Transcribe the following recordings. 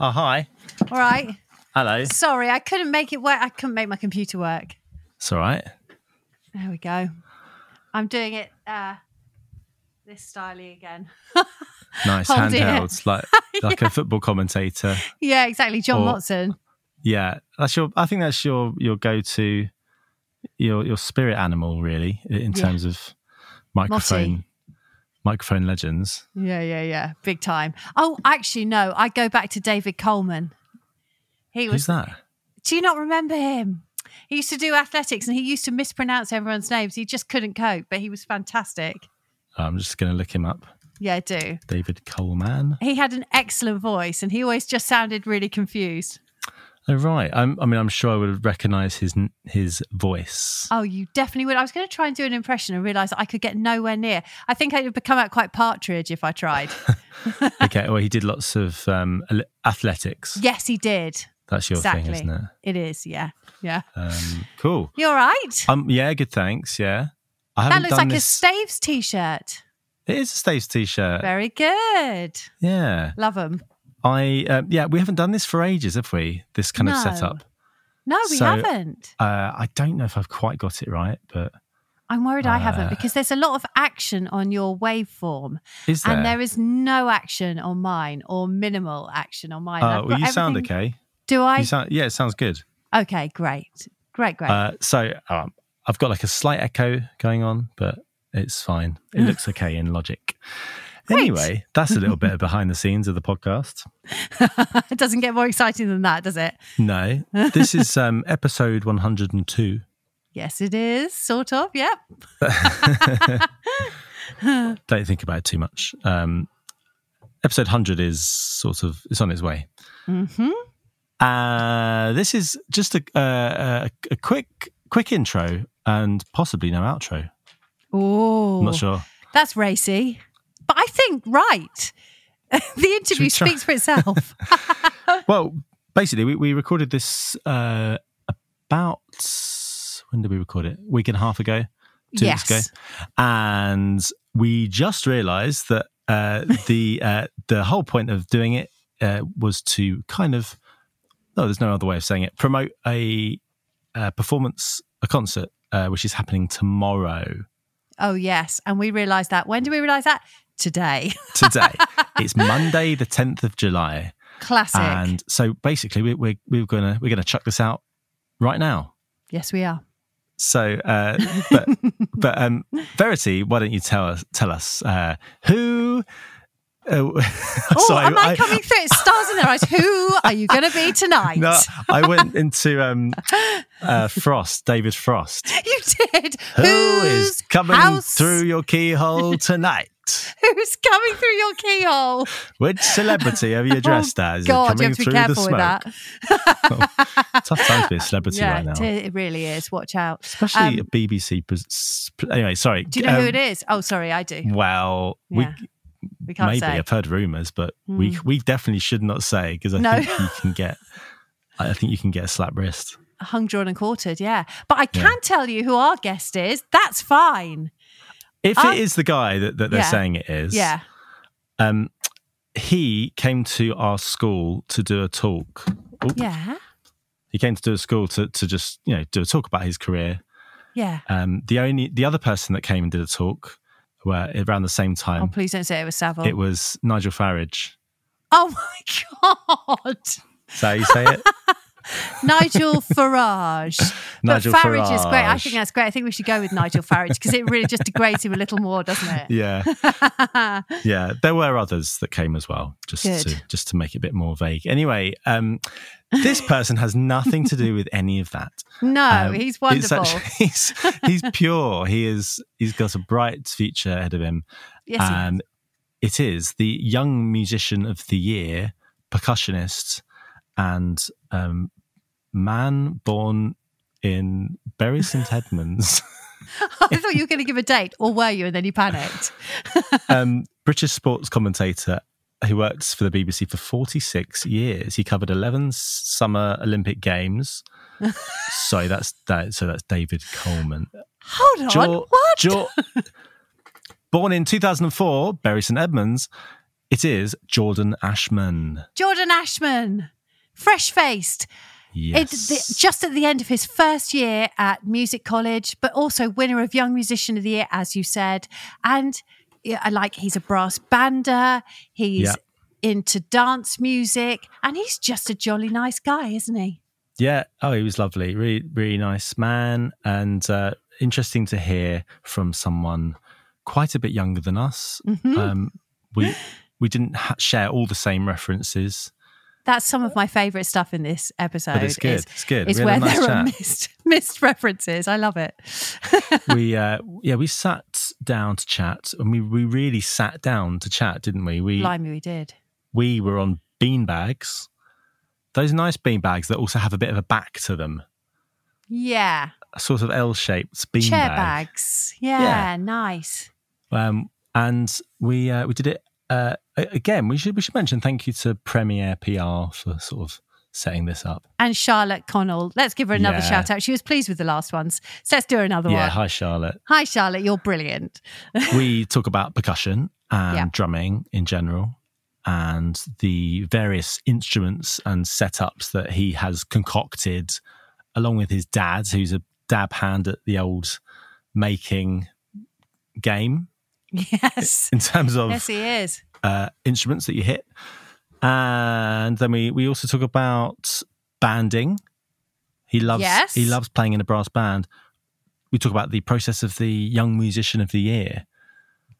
Oh, hi. All right. Hello. Sorry, I couldn't make it work. I couldn't make my computer work. It's all right. There we go. I'm doing it uh, this style again. Nice Holding it. handhelds, like like a football commentator. yeah, exactly. John Or- Watson. Yeah, that's your. I think that's your your go to, your your spirit animal really i- in Yeah. terms of microphone microphone legends. Yeah, yeah, yeah. Big time. Oh, actually, no. I go back to David Coleman. He was. Who's that? Do you not remember him? He used to do athletics and he used to mispronounce everyone's names. He just couldn't cope, but he was fantastic. I'm just going to look him up. Yeah, do. David Coleman. He had an excellent voice and he always just sounded really confused. Oh right. I'm, I mean, I'm sure I would recognise his n- his voice. Oh, you definitely would. I was going to try and do an impression and realize I could get nowhere near. I think I would become out quite partridge if I tried. okay. Well, he did lots of um, al- athletics. yes, he did. That's your exactly. thing, isn't it? It is. Yeah. Yeah. Um, cool. You all right? Um. Yeah. Good. Thanks. Yeah. I That haven't looks done like this. Uh, a Staves t shirt. It is a Staves t-shirt. Very good. yeah. Love them. I um, yeah. We haven't done this for ages, have we? This kind of No. setup. No, we So- haven't. Uh, I don't know if I've quite got it right, but I'm worried I haven't Uh, because there's a lot of action on your waveform, is there? and there is no action on mine or minimal action on mine. Oh, I've well, got you sound everything- okay. Do I? You sound yeah. It sounds good. okay, great. Great, great. Uh, so um, I've got like a slight echo going on, but it's fine. It looks okay in Logic. Anyway, that's a little bit of behind the scenes of the podcast. it doesn't get more exciting than that, does it? No, this is um, episode 102. Yes, it is. Sort of. Yep. Don't think about it too much. Um, episode 100 is sort of it's on its way. hmm Uh, this is just a, uh, a a quick quick intro and possibly no outro. Oh, I'm not sure. That's racy, but I think right. the interview we try- speaks for itself. Well, basically, we, we recorded this uh, about when did we record it? week and a half ago, two yes. weeks ago, and we just realised that uh, the uh, the whole point of doing it uh, was to kind of no, there's no other way of saying it. Promote a, uh performance, a concert, uh, which is happening tomorrow. Oh yes, and we realised that. When do we realise that? Today. Today, it's Monday, the tenth of July, Classic. and so basically, we, we're we're gonna we're gonna chuck this out right now. yes, we are. So, uh, but but um, Verity, why don't you tell us tell us uh, who? Uh, Oh, sorry, am I, coming through? It stars in their eyes. Who are you going to be tonight? No, I went into um, uh, Frost, David Frost. You did. Who is Whose coming house- through your keyhole tonight? Who's coming through your keyhole? Which celebrity have you dressed as? Oh, God, coming you have to be through careful the with that. smoke? Tough time to be a celebrity yeah, right now, it, it really is. Watch out. especially Um, a BBC. Pres- anyway, sorry. Um, Do you know who it is? Oh, sorry, I do. Well, Yeah. we We can't Maybe say. Hmm. I've heard rumors, but we we definitely should not say because I No. think you can get. I think you can get a slap wrist. hung, drawn, and quartered. Yeah, but I can tell you who our guest is. That's fine. If Uh, it is the guy that, that they're yeah. saying it is, Yeah. um, he came to our school to do a talk. Oop. Yeah. He came to do a school to, to just you know do a talk about his career. Yeah. Um, the only the other person that came and did a talk were around the same Oh, time. please don't say it was Savile. Um, it was Nigel Farage. oh my God, Is that how you say it? Nigel Farage. Nigel but Farage, is great. I Farage. think that's great. I think we should go with Nigel Farage because it really just degrades him a little more, doesn't it? yeah. yeah, there were others that came as well, just Good. to just to make it a bit more vague. Anyway, um, this person has nothing to do with any of that. no, Um, Oh, he's it's wonderful. actually- he's he's pure. He is. He's got a bright future ahead of him. yes, he- and it is the Young Musician of the Year, percussionist, and um, man born in Bury St Edmunds. I thought you were going to give a date, or were you? And then you panicked. um, British sports commentator who worked for the BBC for 46 years. He covered 11 summer Olympic games. Sorry, that's that. So that's David Coleman. Hold on, Jor- what? Jor- born in 2004, Bury St Edmunds. It is Jordan Ashman. Jordan Ashman, fresh faced. It, Yes. the, just at the end of his first year at music college, but also winner of Young Musician of the Year, as you said. And yeah, I like he's a brass bander, he's Yeah. into dance music, and he's just a jolly nice guy, isn't he? Yeah. Oh, he was lovely. Really, really nice man. And uh, interesting to hear from someone quite a bit younger than us. Um, we we didn't ha- share all the same references, That's some of my favourite stuff in this episode. but it's good. Is, it's good. is we where had a nice there chat. are missed, missed references. I love it. we uh, yeah, we sat down to chat, and we we really sat down to chat, didn't we? We Blimey, we did. we were on bean bags. Those nice bean bags that also have a bit of a back to them, Yeah. a sort of L-shaped bean Chair bag. bags. Yeah, Yeah. nice. Um, and we uh, we did it uh, a- again. We should we should mention thank you to Premiere PR for sort of setting this up. And Charlotte Connell. Let's give her another Yeah. shout out. She was pleased with the last ones. So let's do another yeah, one. hi Charlotte. Hi, Charlotte. You're brilliant. we talk about percussion and Yeah. drumming in general, and the various instruments and setups that he has concocted, along with his dad, who's a dab hand at the old making game Yes. in terms of Yes, he is. uh, instruments that you hit. And then we, we also talk about banding. He loves Yes. he loves playing in a brass band. We talk about the process of the young musician of the year.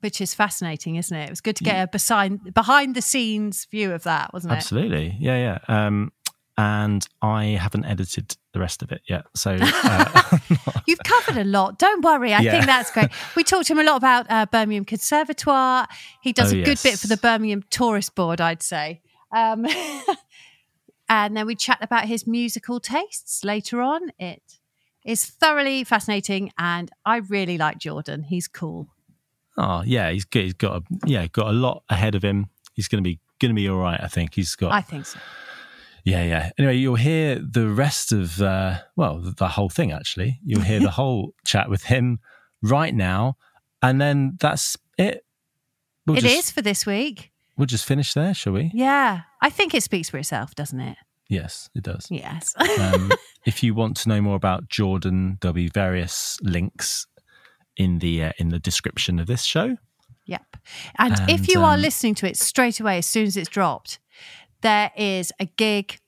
Which is fascinating, isn't it? It was good to get a behind, behind the scenes view of that, wasn't it? Absolutely, yeah, yeah. Um, and I haven't edited the rest of it yet, so uh, You've covered a lot. Don't worry. I Yeah. think that's great. We talked to him a lot about uh, Birmingham Conservatoire. He does Oh, a good bit yes. for the Birmingham Tourist Board, I'd say. Um, and then we chat about his musical tastes later on. It is thoroughly fascinating. And I really like Jordan. He's cool. oh yeah, he's good. He's got a, yeah, got a lot ahead of him. He's going to be going to be all right. I think he's got I think so. Yeah, yeah. Anyway, you'll hear the rest of, uh, well, th- the whole thing actually. You'll hear the whole chat with him right now. And then that's it. We'll It is just, for this week. We'll just finish there, shall we? Yeah. I think it speaks for itself, doesn't it? Yes, it does. Yes. Um, if you want to know more about Jordan, there'll be various links in the uh, in the description of this show. Yep. And, And, if you are um, listening to it straight away, as soon as it's dropped, there is a gig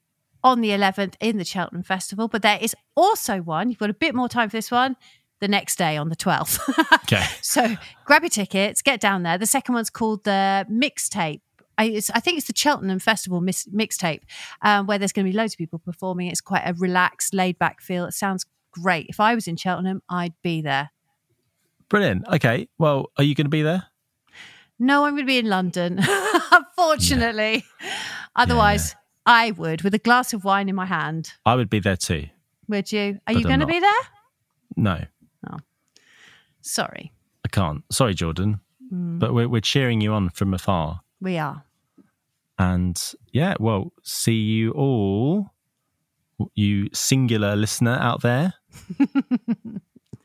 on the 11th in the Cheltenham Festival, but there is also one, you've got a bit more time for this one, the next day on the 12th. Okay. so grab your tickets, get down there. The second one's called the Mixtape. I, it's, I think it's the Cheltenham Festival mis- mixtape, um, where there's going to be loads of people performing. It's quite a relaxed, laid back feel. It sounds great. If I was in Cheltenham, I'd be there. Brilliant. Okay. Well, are you going to be there? No, I'm going to be in London, unfortunately. Otherwise, I would with a glass of wine in my hand. I would be there too. Would you? Are But you I'm going to not. be there? No, Sorry, I can't. Sorry, Jordan. Mm. But we're, we're cheering you on from afar. we are. And yeah, well, see you all, you singular listener out there.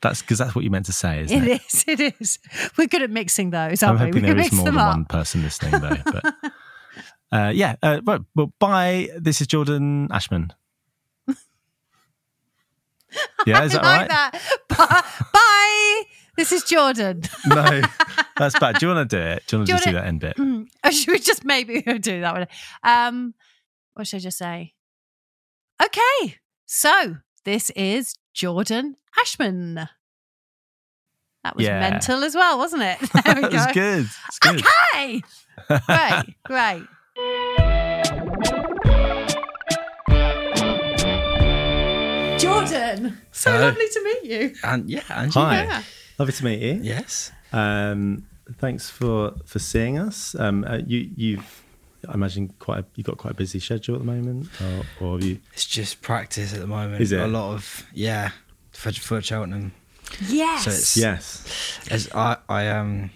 that's because that's what you meant to say, isn't it? It is. It is. We're good at mixing those, I'm aren't we? hoping We there can is mix more them than up. one person listening, though. But uh, yeah, uh, right, well, bye. This is Jordan Ashman. Yeah, is I that like right? that. Bye. Bye. This is Jordan. No, that's bad. Do you want to do it? Do you want to Do you just do wanna- that end bit? or should we just maybe do that one? Um, what should I just say? Okay. So this is Jordan Ashman. That was Yeah. mental as well, wasn't it? There we That was go. good. It's good. Okay. Great. Great. Jordan, so Hello. lovely to meet you. And yeah, and Hi. Yeah. Lovely to meet you. Yes. Um, thanks for for seeing us. Um, uh, you you've I imagine quite a, you've got quite a busy schedule at the moment, or, or have you? It's just practice at the moment. Is it? a lot of yeah for, for Cheltenham? Yes. So it's- Yes, As I I um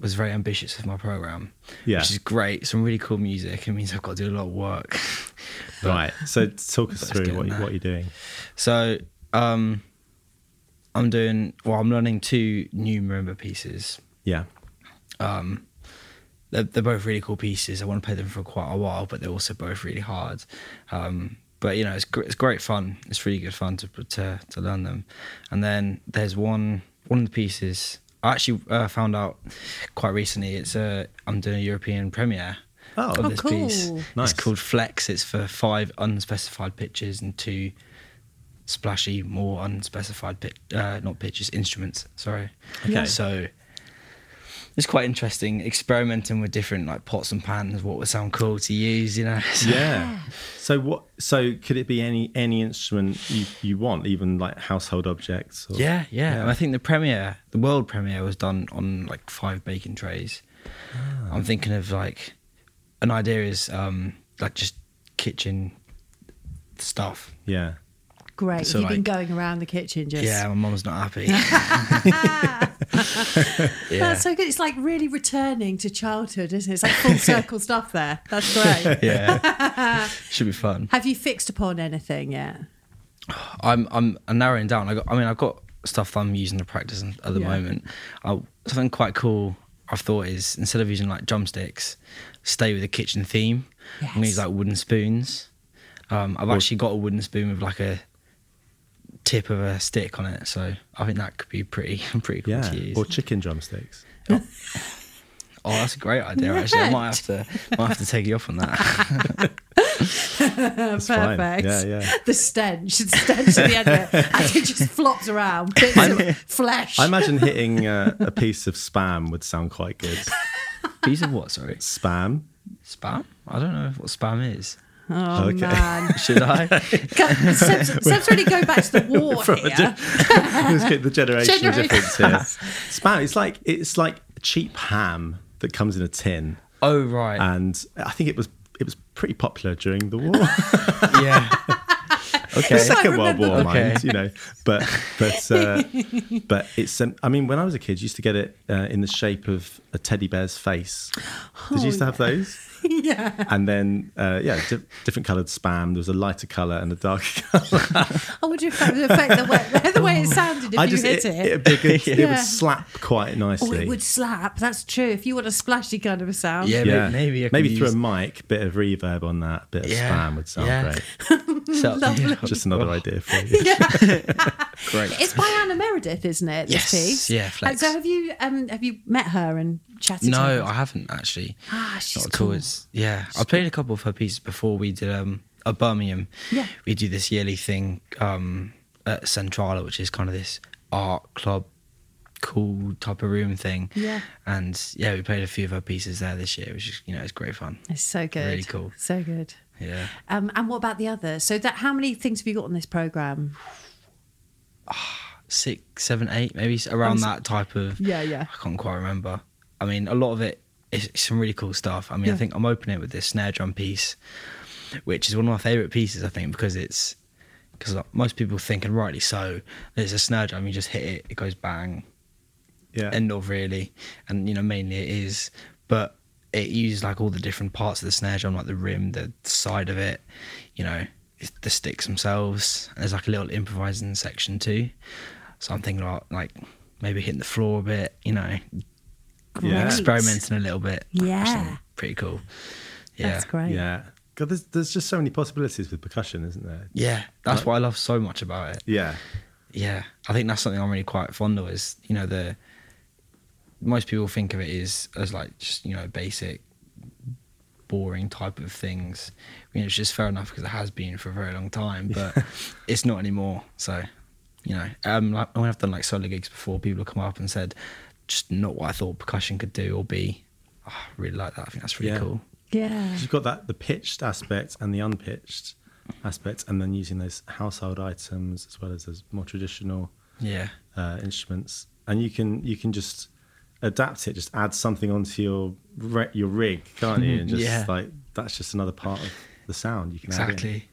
was very ambitious with my program, Yeah. which is great. Some really cool music. It means I've got to do a lot of work. right. So talk us Let's through get what in you, there. what you're doing. So um, I'm doing well. I'm learning two new marimba pieces. Yeah, They're, they're both really cool pieces. I want to play them for quite a while, but they're also both really hard. Um, but you know, it's gr- it's great fun. It's really good fun to to to learn them. And then there's one one of the pieces I actually uh, found out quite recently. It's a I'm doing a European premiere. Oh. of Oh, this piece. cool. Nice. It's called Flex. It's for five unspecified pitches and two splashy, more unspecified pit, uh, not pitches, instruments. Sorry. Okay. So it's quite interesting experimenting with different like pots and pans. What would sound cool to use? You know. So- yeah. So what? So could it be any any instrument you, you want, even like household objects? Or, Yeah, yeah. And I think the premiere, the world premiere, was done on like five bacon trays. I'm thinking of like an idea is um like just kitchen stuff. yeah. Great. So, You've been like- going around the kitchen just. Yeah, my mum's not happy. yeah. That's so good. It's like really returning to childhood, isn't it? It's like full circle stuff there. That's great. yeah. Should be fun. Have you fixed upon anything yet? I'm I'm I'm narrowing down. I got I mean I've got stuff that I'm using to practice in- at the Yeah. moment. I, something quite cool I've thought is instead of using like drumsticks, stay with the kitchen theme. I'm gonna Yes. use like wooden spoons. Um, I've actually got a wooden spoon with like a tip of a stick on it, so I think that could be pretty pretty cool Yeah. to use. Or chicken drumsticks. oh, that's a great idea actually. I might have to might have to take you up on that. Perfect. That's fine. Yeah, yeah. The stench, the stench at the end of it, and it just flops around. Bits of flesh. I imagine hitting uh, a piece of spam would sound quite good. Piece of what? Sorry, Spam. spam? I don't know what spam is. oh okay. man, Should I? Go- Seb's, Seb's really going back to the war From a here. di- Let's get the generational Generation. difference here. Spam. It's like it's like cheap ham that comes in a tin, Oh right. and I think it was it was pretty popular during the war, yeah. Okay. Second World remember War, that. mind Okay. you know. But but uh, but it's. Um, I mean, when I was a kid, you used to get it uh, in the shape of a teddy bear's face. Did you used to have those? Oh, yeah. And then uh, yeah, di- different coloured spam. There was a lighter colour and a darker colour. I wonder if that would affect the way, the way it sounded if I you just hit it. it'd be a good- it Yeah. would slap quite Oh, nicely. it would slap. That's true. If you want a splashy kind of a sound, Yeah, Yeah, maybe I could maybe through use- a mic, bit of reverb on that, bit of Yeah, spam would sound yeah. great. So- Lovely. Just another idea for you. Great. It's by Anna Meredith, isn't it? This Yes. piece. Yeah, And Flex. so have you um have you met her and chatted? to No, her? I haven't actually. Ah, she's Not at cool. all. It's, yeah, I played a couple of her pieces before we did um at Birmingham. Yeah. We do this yearly thing um at Centrala, which is kind of this art club cool type of room thing. Yeah. And yeah, we played a few of her pieces there this year, which is you know, it's great fun. It's so good. Really cool. So good. Yeah. Um, and what about the others? So that how many things have you got on this program? six, seven, eight, maybe s- around that type of. Yeah, yeah. I can't quite remember. I mean, a lot of it is is some really cool stuff. I mean, I think I'm opening it with this snare drum piece, which is one of my favorite pieces. I think because it's because most people think, and rightly so, there's a snare drum. You just hit it, it goes bang, Yeah. end of really, and you know mainly it is, but it uses like all the different parts of the snare drum, like the rim, the side of it, you know, it's the sticks themselves. And there's like a little improvising section too, so I'm thinking about like maybe hitting the floor a bit, you know, Yeah. Great. experimenting a little bit. which Yeah. sounds pretty cool. Yeah, That's great. yeah. God, there's, there's just so many possibilities with percussion, isn't there? yeah, that's what I love so much about it. Yeah. yeah, I think that's something I'm really quite fond of. Is you know the most people think of it as as like just you know basic, boring type of things. I mean, it's just fair enough because it has been for a very long time, but it's not anymore. So, you know, um, like when I've done like solo gigs before, people have come up and said, just not what I thought percussion could do or be. Oh, I really like that. I think that's really Yeah. cool. Yeah. You've got that the pitched aspect and the unpitched aspect, and then using those household items as well as those more traditional Yeah, uh, instruments, and you can you can just adapt it, just add something onto your re- your rig, can't you? And just Yeah. like that's just another part of the sound you can add in. Exactly.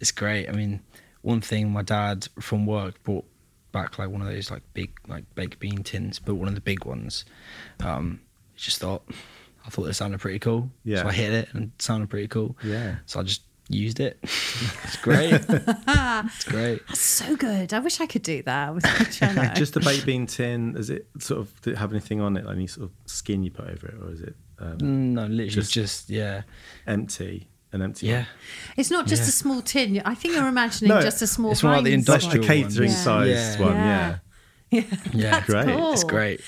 It's great. I mean, one thing my dad from work brought back like one of those like big like baked bean tins, but one of the big ones. Um, I just thought I thought it sounded pretty cool. Yeah. So I hit it and it sounded pretty cool. Yeah. So I just used it. it's great. it's great. That's so good. I wish I could do that with my cello. Just the baked bean tin. Is it sort of did it have anything on it? Like any sort of skin you put over it, or is it um, No, literally Just- just, yeah. empty? An empty. Yeah. it's not just Yeah. a small tin. I think you're imagining No, just a small. it's one of the wine That's industrial- the size. one. catering Yeah. sized Yeah. one. Yeah. Yeah. Yeah. That's Great. cool. It's great.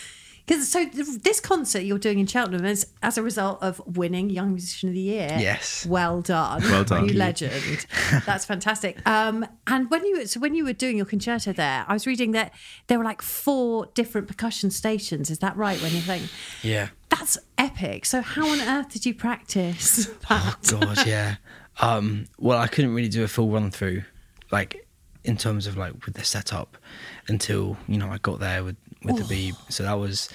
Because so th- this concert you're doing in Cheltenham is as a result of winning Young Musician of the Year. Yes. Well done. Well done. You Thank you. legend. That's fantastic. Um, and when you so when you were doing your concerto there, I was reading that there were like four different percussion stations. Is that right? When you're playing, Yeah. that's epic. So how on earth did you practice Oh that? god, yeah. Um, well, I couldn't really do a full run through, like in terms of like with the setup, until you know I got there with with the beeb. So that was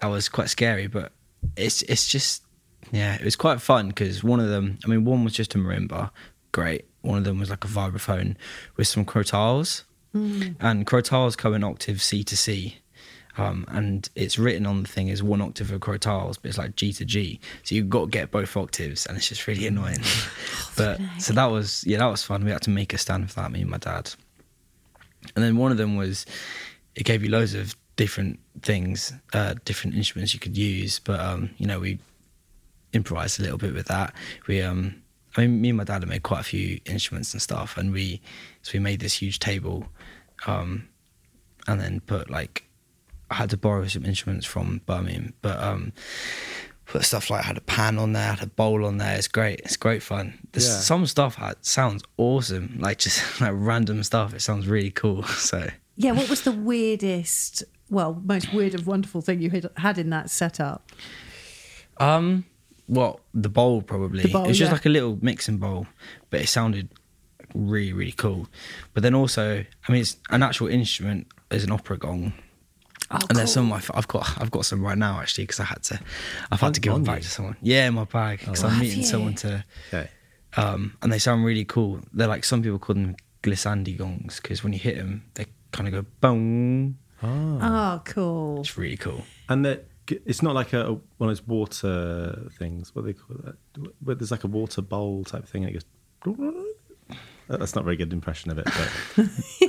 that was quite scary, but it's it's just yeah, it was quite fun because one of them, I mean, one was just a marimba, great. One of them was like a vibraphone with some crotales, and crotales go in octave C to C. Um, and it's written on the thing as one octave of crotales, but it's like G to G. So you've got to get both octaves, and it's just really annoying. but so that was yeah, that was fun. We had to make a stand for that, me and my dad. And then one of them was it gave you loads of different things, uh, different instruments you could use. But um, you know, we improvised a little bit with that. We, um, I mean, me and my dad had made quite a few instruments and stuff, and we so we made this huge table, um, and then put like I had to borrow some instruments from Birmingham, but um, put stuff like I had a pan on there, I had a bowl on there. It's great. It's great fun. There's Yeah. some stuff that sounds awesome, like just like random stuff. It sounds really cool. So. yeah. What was the weirdest? Well, most weird and wonderful thing you had, had in that setup. Um, well, the bowl probably. The bowl, it was just yeah. like a little mixing bowl, but it sounded really, really cool. But then also, I mean, it's an actual instrument as an opera gong. Oh, and there's some of my, f- I've got I've got some right now actually because I had to I've had to give on them back you? to someone. Yeah, in my bag because I'm Have meeting you? someone to Okay. um, and they sound really cool. They're like some people call them glissandi gongs because when you hit them, they kind of go boom. Hmm. Oh, cool. It's really cool. And that it's not like a one of those water things. What do they call that? But there's like a water bowl type thing, and it goes. That's not a very good impression of it, but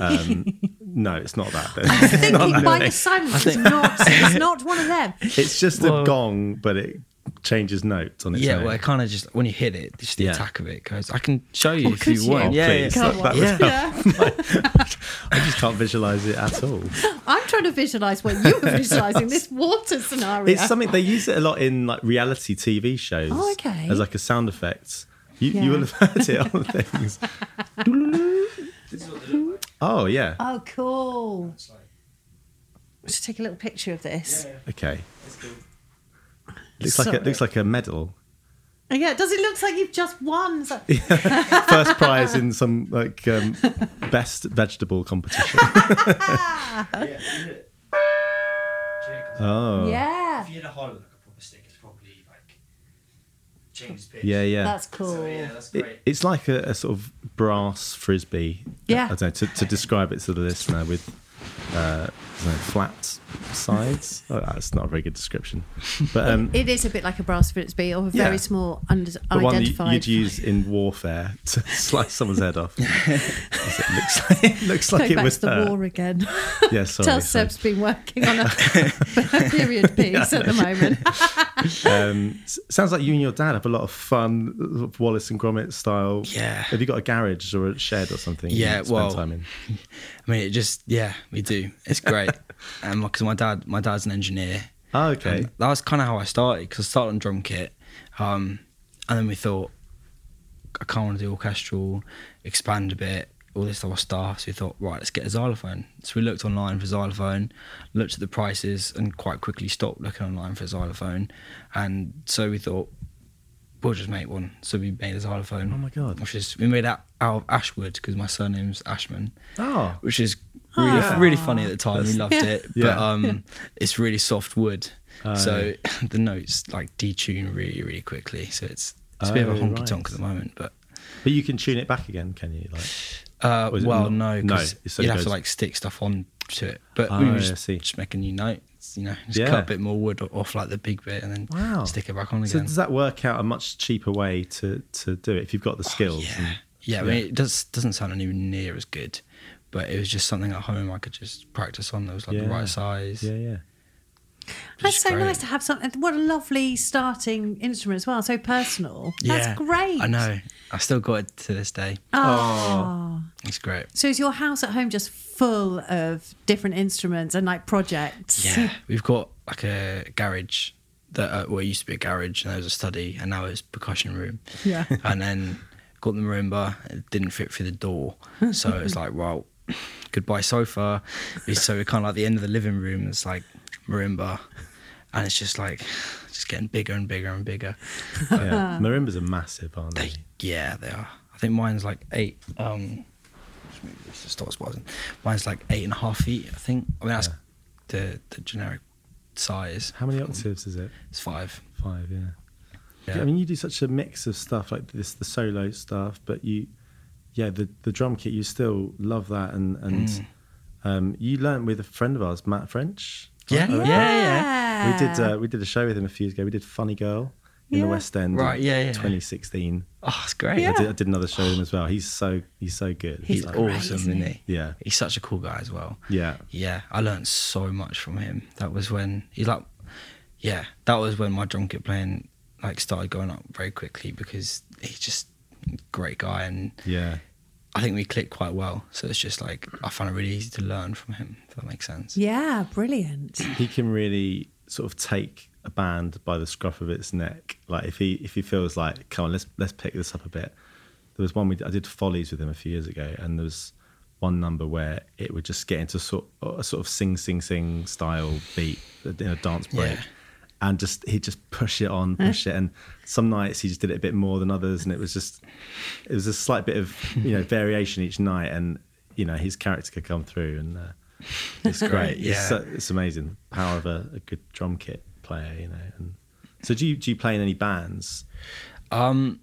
um, no, it's not that. It's, not Thinking that by thing. the silence is not, it's not one of them. It's just a Well- gong, but it changes notes on its Yeah, own. well, it kind of just when you hit it, just the Yeah. attack of it goes. I can show you if could you you? want. Oh, yeah, please. yeah. That, Come that on. was, Yeah. I just can't visualize it at all. I'm trying to visualize what you were visualizing this water scenario. It's something they use it a lot in like reality TV shows. Oh, okay. As like a sound effect. You, Yeah. you will have heard it on things. oh yeah. oh, cool. We should take a little picture of this. Yeah, Okay. Looks like a, looks like a medal. does it look like you've just won? It's like- First prize in some like um, best vegetable competition. Uh, oh. yeah. hit a hole with like a proper stick, it's probably like James pitch. Yeah, yeah. That's cool. that's It- it's like a, a sort of brass frisbee. Yeah. I don't know, to, to describe it to the listener with uh, I don't know, flat sides. Oh, that's not a very good description. But um, It is a bit like a brass frisbee or a Yeah. very small, un- the one you, unidentified. you'd use in warfare to slice someone's head off. it looks like, it looks like Going it back was to the her. war again. Yeah, sorry. Tell sorry. Seb's been working on a period piece at the moment. Um, s- sounds like you and your dad have a lot of fun, sort of Wallace and Gromit style. Yeah. Have you got a garage or a shed or something? you Yeah, spend well- time in? I mean, it just yeah, we do. It's great. And because my dad, my dad's an engineer. Oh, okay. And that was kind of how I started because I started on drum kit, um, and then we thought I kind of want to do orchestral, expand a bit, all this type of stuff. So we thought, right, let's get a xylophone. So we looked online for xylophone, looked at the prices, and quite quickly stopped looking online for xylophone. And so we thought, we'll just make one. So we made a xylophone. Oh my God. Which is we made that out of Ashwood because my surname's Ashman ah. Oh. which is really really funny at the time. We loved it, but Ah. Yeah. Oh, um, it's really soft wood. so the notes like detune really, really quickly. So it's it's a bit of a Oh, honky tonk right. at the moment, but But you can tune it back again, can you? Like, uh, Or is it well, not- no, no, 'cause it's so you'd it have to goes- like stick stuff on to it. But Oh, we would I just, see. just make a new note, you know, just Yeah. cut a bit more wood off like the big bit and then wow, stick it back on So again. does that work out a much cheaper way to to do it if you've Oh, got the skills? Yeah, yeah. I mean, it does doesn't sound anywhere near as good, but it was just something at home I could just practice on. That was like the Yeah. right size. yeah, yeah. That's Just so great. nice to have something. What a lovely starting instrument as well. So personal. Yeah, That's great. I know. I still got it to this day. Oh. It's great. So is your house at home just full of different instruments and like projects? Yeah, we've got like a garage that uh, well, it used to be a garage and there was a study, and now it's percussion room. Yeah. and then got the marimba, it didn't fit through the door, so it was like, well, goodbye sofa. It's so kind of like the end of the living room. It's like marimba, and it's just like just getting bigger and bigger and bigger. yeah. Marimbas are massive, aren't they? They, yeah, they are. I think mine's like eight. Um, just move this to start spotting. Mine's like eight and a half feet. I think. I mean, that's the the generic size. How many octaves is it? It's five. Five, yeah. Yeah. I mean, you do such a mix of stuff like this, the solo stuff, but you, yeah, the the drum kit. You still love that, and and Mm. um, you learnt with a friend of ours, Matt French. Yeah, yeah, yeah. Yeah. We did uh, we did a show with him a few years ago. We did Funny Girl in the Yeah. West End, Right, yeah, yeah. 2016. Oh, it's great. I, did, I did another show with him as well. He's so he's so good. He's Like, awesome, isn't he? Yeah. He's such a cool guy as well. Yeah. Yeah, I learned so much from him. That was when he like, yeah, that was when my drum kit playing like started going up very quickly because he's just a great guy and yeah. I think we clicked quite well. So it's just like I found it really easy to learn from him. If that makes sense. Yeah, brilliant. he can really sort of take a band by the scruff of its neck. Like if he if he feels like, come on, let's let's pick this up a bit. There was one we I did follies with him a few years ago, and there was one number where it would just get into sort a sort of sing sing sing style beat in a dance break. Yeah. And just he'd just push it on, push it, and some nights he just did it a bit more than others, and it was just, it was a slight bit of you know variation each night, and you know his character could come through, and uh, it's great. Yeah. It's, so, it's amazing. the Power of a, a good drum kit player, you know. And so, do you do you play in any bands? Um,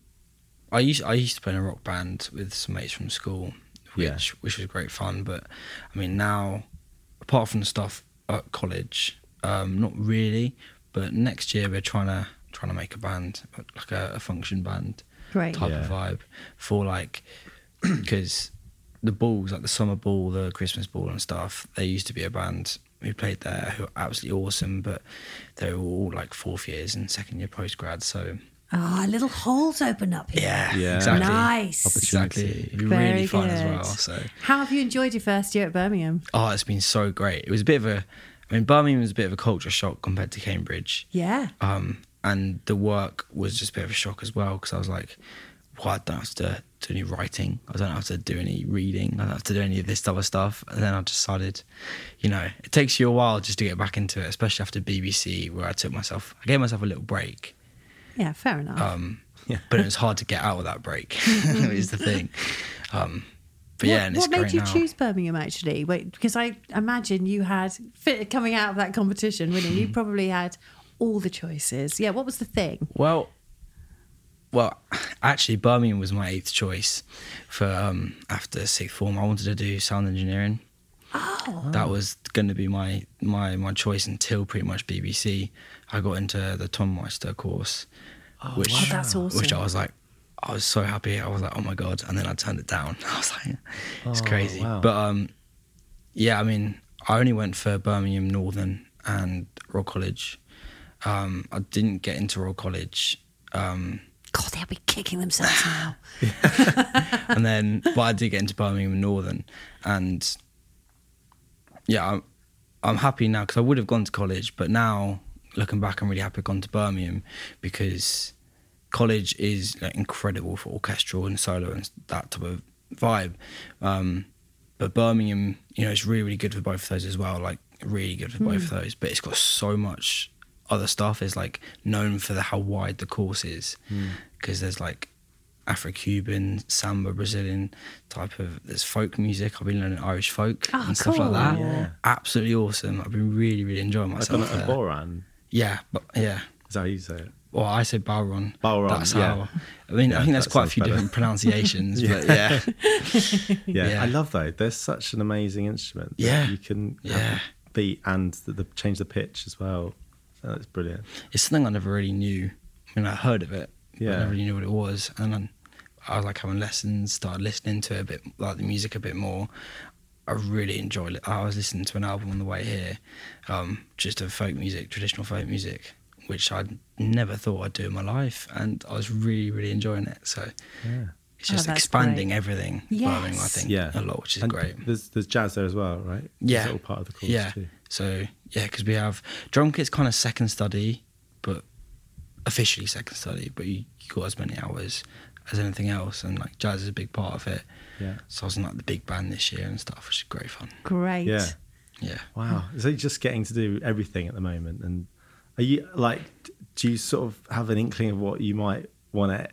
I used I used to play in a rock band with some mates from school, which Yeah. which was great fun. But I mean, now apart from the stuff at college, um, not really. But next year we're trying to trying to make a band, like a, a function band Great. type Yeah. of vibe for like because the balls like the summer ball, the Christmas ball and stuff. They used to be a band who played there who were absolutely awesome, but they were all like fourth years and second year post grad. So Ah, little holes open up here. yeah, Yeah. exactly. Nice. Exactly. It'd be Very really fun as good. well. So, How have you enjoyed your first year at Birmingham? oh, it's been so great. It was a bit of a, I mean, Birmingham was a bit of a culture shock compared to Cambridge. Yeah. Um, and the work was just a bit of a shock as well because I was like, well, I don't have to do any writing. I don't have to do any reading. I don't have to do any of this other stuff. And then I decided, you know, it takes you a while just to get back into it, especially after BBC, where I took myself, I gave myself a little break. Yeah, fair enough. But it was hard to get out of that break, is the thing. Um, but yeah, and what it's made great you now. choose Birmingham actually? Wait, because I imagine you had fit coming out of that competition, winning. Hmm. You probably had all the choices. Yeah, what was the thing? Well, well, actually, Birmingham was my eighth choice for um, after sixth form. I wanted to do sound engineering. Oh. That was going to be my, my my choice until pretty much BBC. I got into the Tom Meister course, which wow. That's awesome. which I was like, I was so happy. I was like, oh my god! And then I turned it down. I was like, it's Oh, crazy. wow. But um, yeah, I mean, I only went for Birmingham Northern and Royal College. Um, I didn't get into Royal College. Um, God, they'll be kicking themselves now. and then but I did get into Birmingham Northern, and yeah, I'm I'm happy now because I would have gone to college, but now looking back, I'm really happy I've gone to Birmingham because college is like, incredible for orchestral and solo and that type of vibe. Um, but Birmingham, you know, it's really really good for both of those as well. Like really good for both of those, but it's got so much other stuff. It's like known for the, how wide the course is because there's like Afro-Cuban, samba, Brazilian type of. There's folk music. I've been learning Irish folk Oh, and stuff like cool. that. Yeah. Absolutely awesome. I've been really, really enjoying Like myself. on a, a there. Boran. Yeah, but yeah. Is that how you say it? Well, I say Balron. Balron, That's yeah. how. I mean, Yeah, I think that's that quite a sounds few better. different pronunciations, but yeah, Yeah. Yeah. I love though. They're such an amazing instrument. that Yeah. you can have Yeah. beat and the, the change the pitch as well. Oh, That's brilliant. it's something I never really knew. I mean, I heard of it, yeah. but I Yeah. never really knew what it was. And then I was like having lessons, started listening to it a bit, like the music a bit more. I really enjoyed it. I was listening to an album on the way here, um, just of folk music, traditional folk music, which I'd never thought I'd do in my life, and I was really, really enjoying it. So Yeah. it's Oh, just that's expanding great. everything. rather than, I Yes. think Yeah. a lot, which is And great. There's there's jazz there as well, right? Yeah. It's all part of the course yeah. too. So yeah, because we have drum kit's kind of second study, but officially second study, but you, you got as many hours as anything else, and like jazz is a big part of it. Yeah. So I was in like the big band this year and stuff, which is great fun. Great. Yeah. Yeah. Wow. So you're just getting to do everything at the moment. And are you like, d- do you sort of have an inkling of what you might want to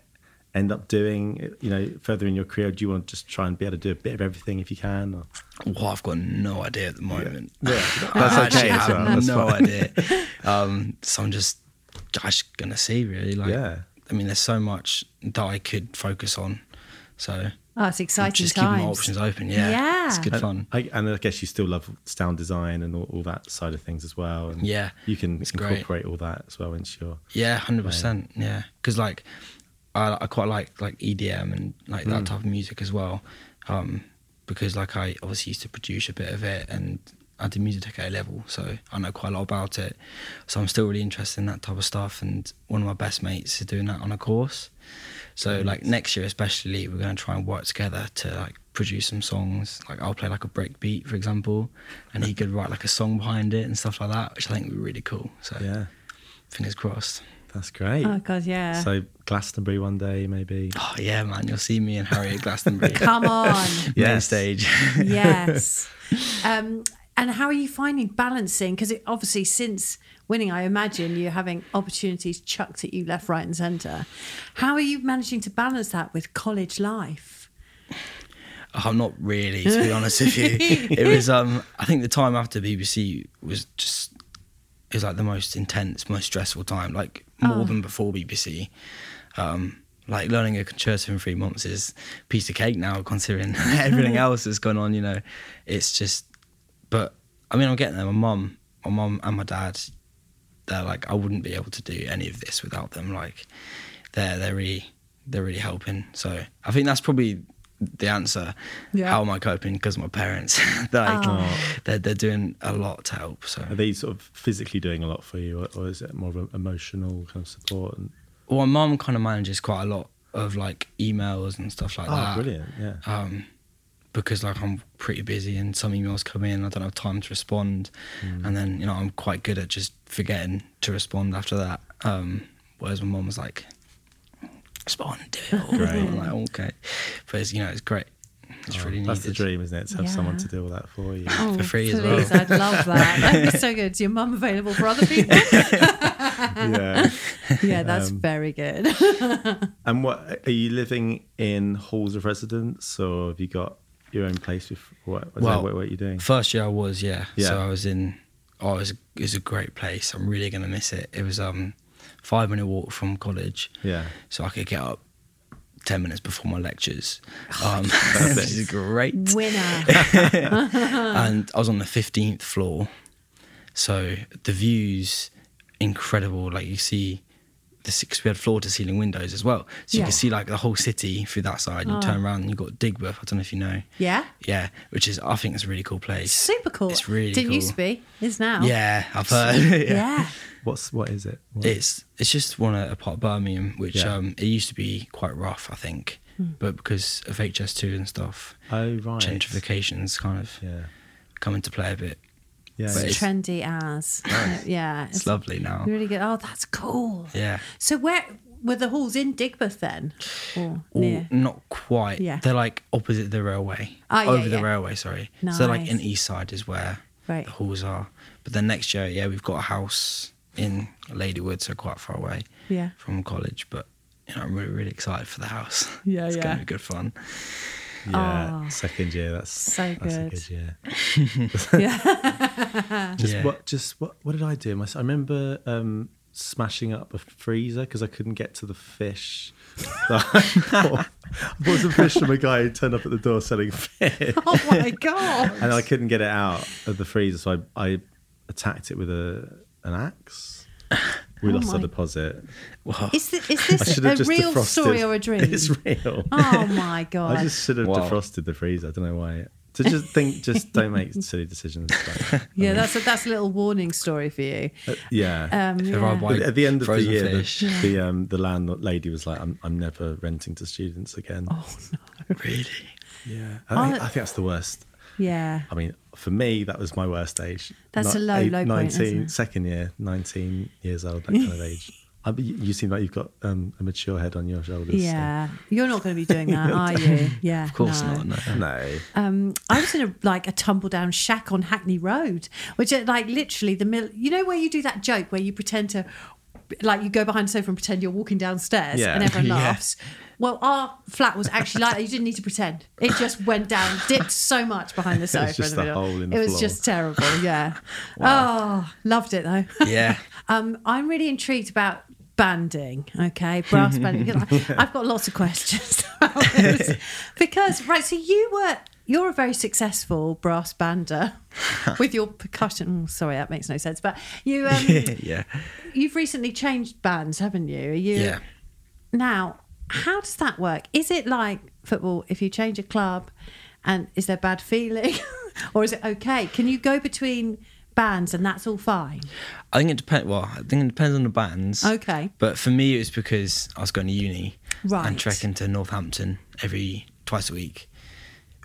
end up doing, you know, further in your career? Or do you want to just try and be able to do a bit of everything if you can? Or? Well, I've got no idea at the moment. Yeah. That's I actually okay as have well, that's no fine. idea. Um, so I'm just, just gonna see really. Like, Yeah. I mean, there's so much that I could focus on. So Oh, it's exciting just keep times. my options open. Yeah. Yeah. It's good And fun. I, and I guess you still love sound design and all, all that side of things as well. And Yeah, you can it's great. incorporate all that as well into your. Yeah, hundred percent. Yeah, because like I, I quite like like EDM and like that type of music as well, um, because like I obviously used to produce a bit of it and I did music tech at A level, so I know quite a lot about it. So I'm still really interested in that type of stuff, and one of my best mates is doing that on a course. So like next year especially, we're going to try and work together to like produce some songs. Like I'll play like a break beat, for example, and he could write like a song behind it and stuff like that, which I think would be really cool. So Yeah, fingers crossed. that's great. Oh God, yeah. So Glastonbury one day maybe. Oh yeah, man, you'll see me and Harry at Glastonbury. Come on. Main Yes. stage. yes. Um, and how are you finding balancing? Because obviously, since winning, I imagine you're having opportunities chucked at you left, right, and centre. How are you managing to balance that with college life? Oh, I'm not really, to be honest with you. It was um I think the time after BBC was just it was like the most intense, most stressful time, like more than before BBC. Um like learning a concerto in three months is a piece of cake now, considering everything else that's gone on, you know. It's just but I mean I'm getting there. My mum, my mum and my dad, they're like I wouldn't be able to do any of this without them. Like they're they're really they're really helping. So I think that's probably the answer. Yeah. How am I coping? Because my parents, they're like they're they're doing a lot to help. So Are they sort of physically doing a lot for you, or, or is it more of an emotional kind of support? And, well, my mum kind of manages quite a lot of like emails and stuff like oh, that. brilliant! Yeah, um, because like I'm pretty busy and some emails come in, I don't have time to respond, Hmm. and then you know I'm quite good at just forgetting to respond after that. Um, whereas my mum was like, respond, do it. all." Great. I'm like, okay, but it's, you know it's great. It's Oh, really needed. that's the dream, isn't it? To have someone Yeah. to do all that for you. Oh, For free please, as well. I'd love that. That'd be so good. Is your mum available for other people? yeah. yeah, that's Um, very good. And what are you living in halls of residence, or have you got your own place? With what, is that Well, what, what you're doing? First year I was, yeah. Yeah. So I was in. Oh, it was, it was a great place. I'm really gonna miss it. It was um five minute walk from college. Yeah. So I could get up ten minutes before my lectures. Oh, Um, which is great. Winner. And I was on the fifteenth floor, so the views incredible. Like you see. The six, we had floor to ceiling windows as well, so you Yeah. Oh. can see like the whole city through that side. You turn around and you have got Digbeth. I don't know if you know. Yeah. yeah, which is I think it's a really cool place. Super cool. It's really Didn't cool. used to be. Is now. Yeah, I've heard. yeah. Yeah. What's what is it? What- It's it's just one a part of Birmingham, which Yeah. um it used to be quite rough, I think, Hmm. but because of HS2 and stuff, oh right. gentrification's kind of Yeah. come into play a bit. Yeah. But It's it's- trendy as. Yeah. It's lovely now. Really good. Oh, that's cool. Yeah. So where were the halls in Digbeth then? Or Or near? not quite. Yeah. They're like opposite the railway. Ah, yeah, Over the yeah. railway, sorry. So they're like in Nice. East Side is where Right. the halls are. But then next year, yeah, we've got a house in Ladywood, so quite far away Yeah. from college. But you know, I'm really, really excited for the house. Yeah, it's yeah. gonna be good fun. Yeah, second year. That's Oh, So that's a good. good year. Yeah. Just Yeah. what? Just what? What did I do? myself? I remember um, smashing up a freezer because I couldn't get to the fish. that I bought I bought some fish from a guy who turned up at the door selling fish, oh my god. and I couldn't get it out of the freezer, so I, I attacked it with a an axe. We lost our Oh my- deposit. Is this, is I this should have a just real defrosted. story or a dream? It's real. Oh my god. I just should have Wow. defrosted the freezer. I don't know why. To just think, just don't make silly decisions. Like, yeah, that's a, that's a little warning story for you. yeah. Um, Uh, If I yeah. buy But at the end of the frozen year, fish- the, the um the landlady was like, "I'm I'm never renting to students again." really? Yeah, I think, Oh. I think that's the worst. yeah. I mean, for me, that was my worst age. That's Ni- a low, eight- low point, 19, isn't it? Second year, nineteen years old, that kind of age. I, mean, you you seem like you've got um, a mature head on your shoulders. so- Yeah, you're not going to be doing that, are you? Yeah, Of course not. No. No. Um, I was in a like a tumble down shack on Hackney Road, which are like literally the middle. You know where you do that joke where you pretend to, like you go behind the sofa and pretend you're walking downstairs, Yeah. and everyone Yeah. laughs. Well, our flat was actually like that. You didn't need to pretend. It just went down, dipped so much behind the sofa. just in the a middle. hole in the it was floor. just terrible. Yeah. Oh, loved it though. Yeah. Um, I'm really intrigued about banding. Okay, brass banding. I've got lots of questions about this because right. So you were you're a very successful brass bander with your percussion. oh, sorry, that makes no sense. But you um, yeah. you've recently changed bands, haven't you? Are you Yeah. now? How does that work? Is it like football? If you change a club, and is there bad feeling, or is it okay? Can you go between bands and that's all fine? I think it depends. Well, I think it depends on the bands. Okay. But for me, it was because I was going to uni Right. and trekking to Northampton every twice a week.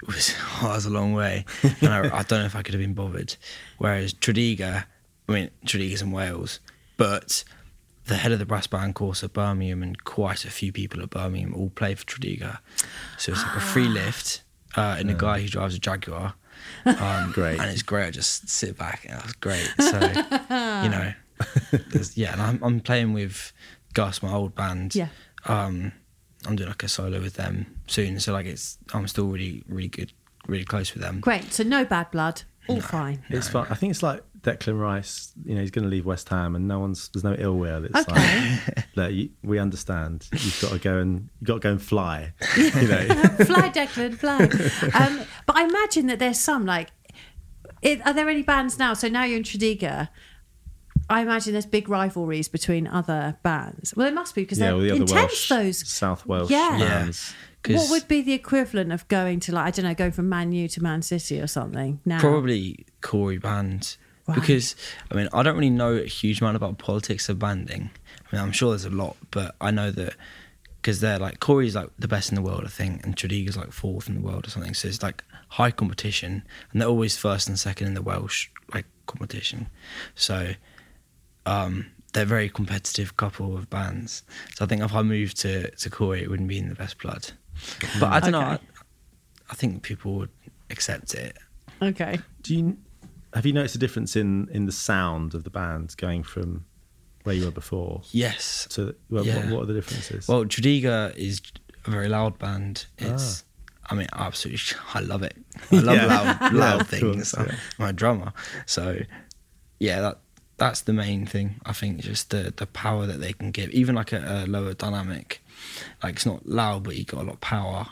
It was, oh, that was a long way, and I, I don't know if I could have been bothered. Whereas Tredegar, I mean, Tredegar's in Wales, but the head of the brass band course at Birmingham and quite a few people at Birmingham all play for Tredegar, so it's like a free lift. Uh, and a guy who drives a Jaguar. Um, Great. And it's great. I just sit back. And that's great. So you know, there's- yeah, and I'm, I'm playing with Gus, my old band. Yeah. Um, I'm doing like a solo with them soon, so like it's I'm still really, really good, really close with them. Great. So no bad blood. All fine. It's fun. I think it's like Declan Rice. You know, he's going to leave West Ham, and no one's there's no ill will. It's Okay. like, look, you, we understand. You've got to go and you got to go and fly. You know, fly, Declan, fly. Um, but I imagine that there's some like, it, are there any bands now? So now you're in Tredegar. I imagine there's big rivalries between other bands. Well, there must be because yeah, they're all the other intense. Welsh, Those. South Welsh Yeah. Yeah. bands. What 'Cause would be the equivalent of going to like I don't know, going from Man U to Man City or something? Now, probably Corey Band Right. because I mean I don't really know a huge amount about politics of banding. I mean I'm sure there's a lot, but I know that because they're like Corey's like the best in the world I think, and Tredegar's like fourth in the world or something. So it's like high competition, and they're always first and second in the Welsh like competition. So um, they're a very competitive couple of bands. So I think if I moved to to Corey, it wouldn't be in the best blood. But I don't know. I, Okay. I think people would accept it. Okay. Do you have you noticed a difference in in the sound of the band going from where you were before? Yes, So, well, Yeah. what, what are the differences? Well, Jadega is a very loud band. It's, I mean, absolutely, I love it. I love Ah. Yeah. loud, loud of things. course, yeah. I'm a drummer, so yeah, that that's the main thing. I think just the the power that they can give, even like a, a lower dynamic, like it's not loud, but you got a lot of power,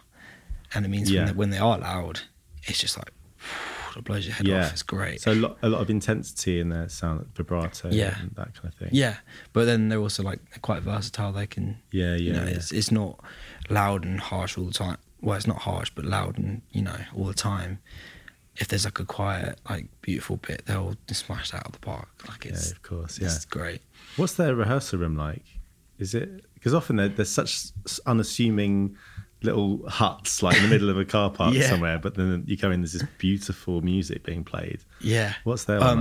and it means Yeah. when, they, when they are loud, it's just like it blows your head yeah, off. It's great. So a lot, a lot of intensity in their sound, vibrato, Yeah. and that kind of thing. Yeah, but then they're also like quite versatile. They can, Yeah, you yeah, know, yeah. It's, it's not loud and harsh all the time. Well, it's not harsh, but loud and you know all the time. If there's like a quiet, like beautiful bit, they'll just smash that out of the park. Like it's of course, it's yeah. great. What's their rehearsal room like? Is it because often there- there's such s- unassuming little huts like in the middle of a car park Yeah. somewhere, but then you go in, there's this beautiful music being played. Yeah. What's their one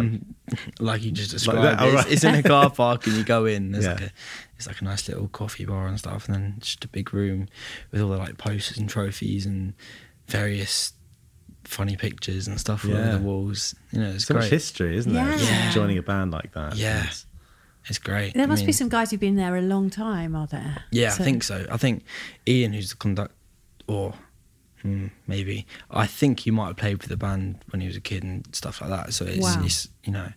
um, like you just described? that, all it's, right. it's in a car park, and you go in. There's like Yeah. a, it's like a nice little coffee bar and stuff, and then just a big room with all the like posters and trophies and various funny pictures and stuff all over Yeah. the walls. You know, it's so great. much history, isn't there? just Yeah. Joining a band like that. Yeah. It's great. There I must be mean, some guys who've been there a long time, are there? Yeah, So- I think so. I think Ian, who's the conduct, or hmm, maybe. I think he might have played with the band when he was a kid and stuff like that. So it's, Wow. it's you know,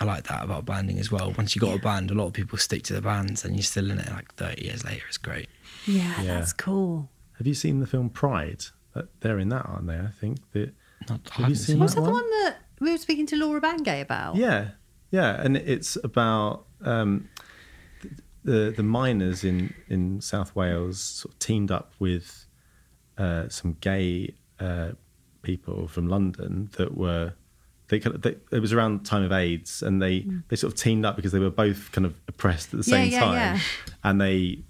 I like that about banding as well. Once you got a band, a lot of people stick to the bands, and you're still in it like 30 years later. It's great. Yeah, Yeah. that's cool. Have you seen the film Pride? That- They're in that, aren't they? I think that. Not, I Have you haven't seen seen that Was that the one that we were speaking to Laura Bangay about? Yeah, yeah, and it's about um, th- the the miners in in South Wales sort of teamed up with uh, some gay uh, people from London that were. They, kind of- they, it was around the time of AIDS, and they, they sort of teamed up because they were both kind of oppressed at the Hmm. Yeah, same yeah, time. yeah. And they,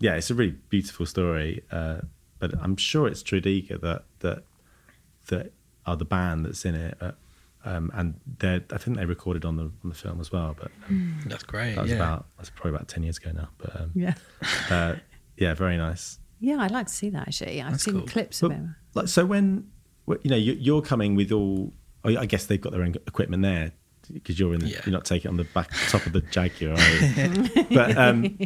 yeah, it's a really beautiful story. Uh, but I'm sure it's Trudiga that that that are the band that's in it, uh, um, and they I think they recorded on the on the film as well. But um, That's great. that was yeah. about that's probably about ten years ago now. But um, Yeah. uh, yeah, very nice. Yeah, I'd like to see that actually. I've That's seen cool. clips But, of him. like so, when wh- you know you, you're coming with all, oh, I guess they've got their own equipment there because you're in. Yeah. You're not taking it on the back top of the Jaguar, are you? but um,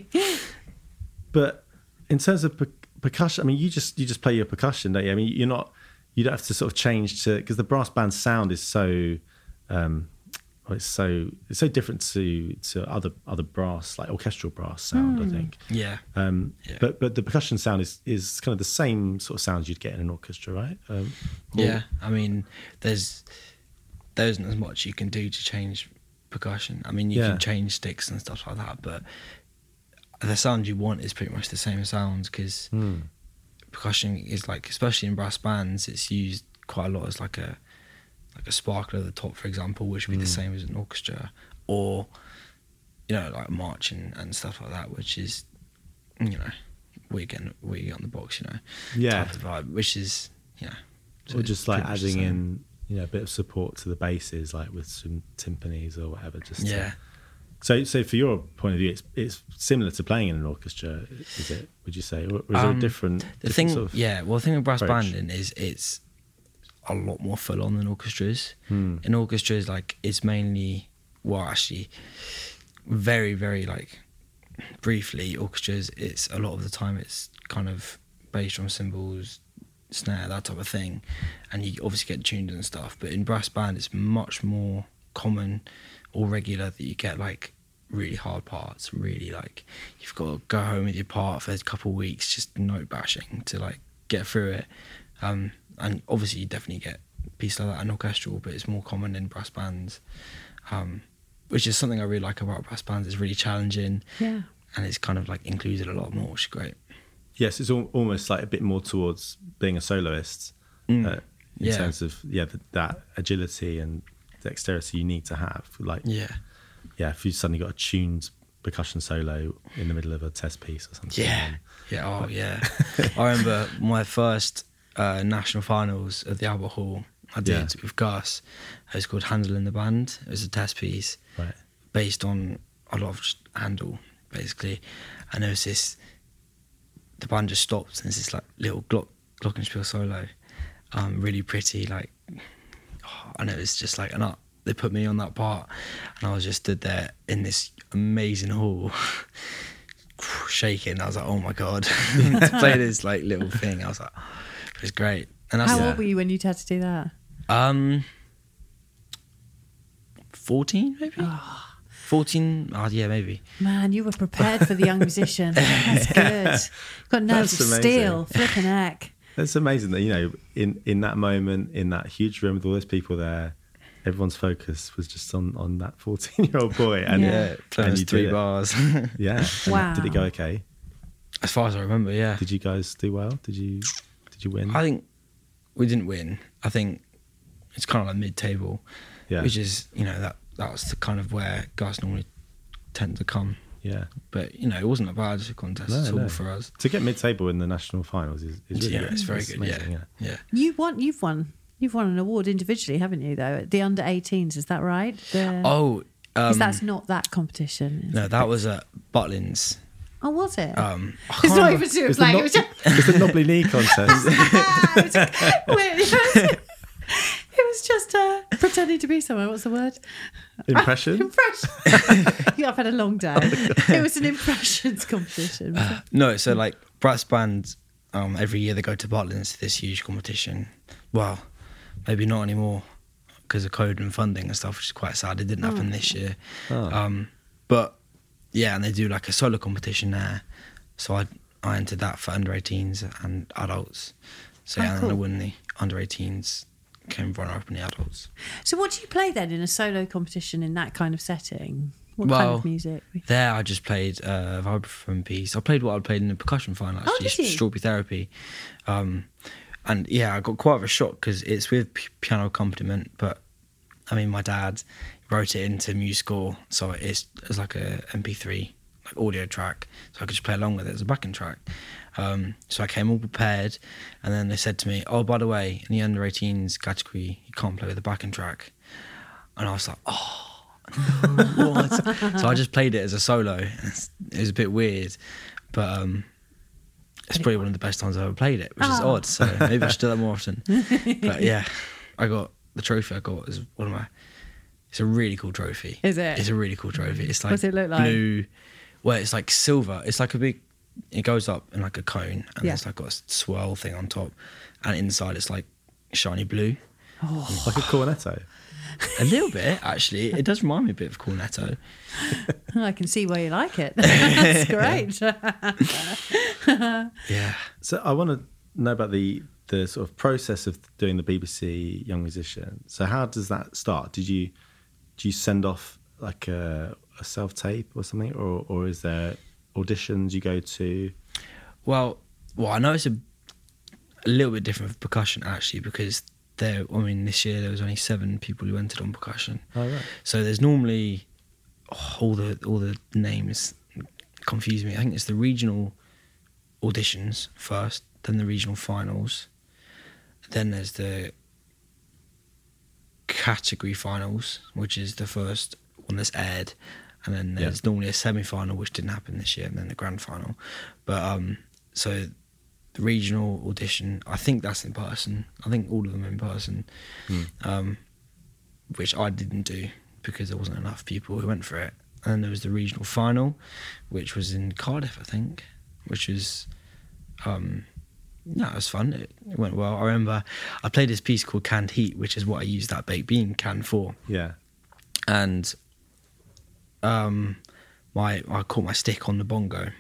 but in terms of per- percussion, I mean, you just you just play your percussion, don't you? I mean, you're not you don't have to sort of change to because the brass band sound is so um, well, it's so it's so different to to other other brass like orchestral brass sound, I think. Yeah. Um, Yeah. But but the percussion sound is is kind of the same sort of sounds you'd get in an orchestra, right? Um, or- Yeah, I mean, there's there isn't as much you can do to change percussion. I mean, you Yeah. can change sticks and stuff like that, but the sound you want is pretty much the same sounds because Hmm. percussion is like, especially in brass bands, it's used quite a lot as like a like a sparkle at the top, for example, which would be the Hmm. same as an orchestra, or you know, like marching and stuff like that, which is you know, we get we get on the box, you know, Yeah. type of vibe, which is you know. or just like pretty much the adding same. in you know a bit of support to the basses, like with some timpanis or whatever. Just to- Yeah, So, so for your point of view, it's it's similar to playing in an orchestra, is it? Would you say, or is there a Um, different? the different thing. sort of- yeah, well, the thing with brass approach. banding is it's a lot more full on than orchestras. Hmm. In orchestras, like it's mainly well, actually, very very like briefly orchestras. It's a lot of the time it's kind of bass drum cymbals, snare that type of thing, and you obviously get tuned and stuff. But in brass band, it's much more common or regular that you get like really hard parts. Really like you've got to go home with your part for a couple of weeks, just note bashing to like get through it. Um, and obviously, you definitely get pieces like that in orchestral, but it's more common in brass bands. Um, which is something I really like about brass bands. It's really challenging, Yeah. and it's kind of like included a lot more, which is great. Yes, it's al- almost like a bit more towards being a soloist uh, in Mm. yeah. terms of yeah th- that agility and dexterity you need to have. Like yeah. Yeah, if you suddenly got a tuned percussion solo in the middle of a test piece or something. Yeah. then- Yeah. Oh, yeah. I remember my first uh, national finals at the Albert Hall. I did Yeah. with Gus. It was called Handle in the Band. It was a test piece Right. based on a lot of just Handel, basically. And there was this, the band just stopped, and there's this like little Glock, Glockenspiel solo, um, really pretty, like, oh, and it was just like, and I, they put me on that part, and I was just stood there in this amazing hall. shaking. I was like, oh my god, to play this like little thing. I was like, it was great. And that's How yeah. old were you when you had to do that? um, fourteen maybe. Ah. Fourteen, oh, yeah, maybe. Man, you were prepared for the young musician. That's good. Got nerves That's of amazing. steel, flipping heck. It's amazing that you know in in that moment in that huge room with all those people there, everyone's focus was just on on that fourteen year old boy and Yeah. Yeah, playing and those you three did it. bars. Yeah. And Wow. Did it go okay? as far as I remember, yeah. Did you guys do well? Did you did you win? I think we didn't win. I think it's kind of like mid-table, Yeah. which is you know that that's the kind of where guys normally tend to come. yeah. But you know, it wasn't a bad contest No, at all no. for us. To get mid table in the national finals is, is really yeah, good. it's very good. amazing, yeah, yeah. You won. You've won. You've won an award individually, haven't you? Though at the under 18s, is that right? The, Oh, um, 'cause that's not that competition. is no, it? that was at Butlins. Oh, was it? Um, I it's can't not remember- even too It's the, like it no- was just. it's the Knobbly Knee contest. Ah, it was just- wait, it was- it was just uh, pretending to be someone. What's the word? Impression? Impression. yeah, I've had a long day. It was an impressions competition. no, so like brass band um, every year they go to Butlins to this huge competition. Well, maybe not anymore because of COVID and funding and stuff, which is quite sad. It didn't happen this year. Um, but yeah, and they do like a solo competition there. So I I entered that for under 18s and adults. So yeah, and then I won the under 18s, came runner up in the adults. So, what do you play then in a solo competition in that kind of setting? What kind of music? There, I just played a uh, vibraphone piece. I played what I played in the percussion final, actually, Oh, did you? Strawberry Therapy. Um, and yeah, I got quite of a shock because it's with p- piano accompaniment, but I mean, my dad wrote it into MuScore, so it's, it's like a MP3 like audio track, so I could just play along with it as a backing track. Um, so I came all prepared, and then they said to me, "Oh, by the way, in the under 18s category, you can't play with a backing track," and I was like, "Oh." what? so I just played it as a solo. It's- It was a bit weird, but um, it's probably one of the best times I've ever played it, which is Ah. odd. So maybe I should do that more often. But yeah, I got the trophy. I got is one of my. It's a really cool trophy. Is it? It's a really cool trophy. It's like What's it look like? blue. Well, it's like silver. It's like a big. It goes up in like a cone, and Yeah. it's like got a swirl thing on top, and inside it's like shiny blue. Like a cornetto. A little bit actually. It does remind me a bit of Cornetto. I can see why you like it. That's great. Yeah. So I want to know about the the sort of process of doing the BBC Young Musician. So how does that start? Did you do you send off like a, a self tape or something, or or is there auditions you go to? Well, well, I know it's a, a little bit different for percussion actually because there. I mean, this year there was only seven people who entered on percussion. Oh, right. So there's normally oh, all the all the names confuse me. I think it's the regional auditions first, then the regional finals, then there's the category finals, which is the first one that's aired, and then there's normally a semi final, which didn't happen this year, and then the grand final. But um, so the regional audition, I think that's in person. I think all of them in person, um, which I didn't do because there wasn't enough people who went for it. And then there was the regional final, which was in Cardiff, I think, which was um, no, it was fun. It, it went well. I remember I played this piece called Canned Heat, which is what I used that baked bean can for. Yeah. And um, my I caught my stick on the bongo.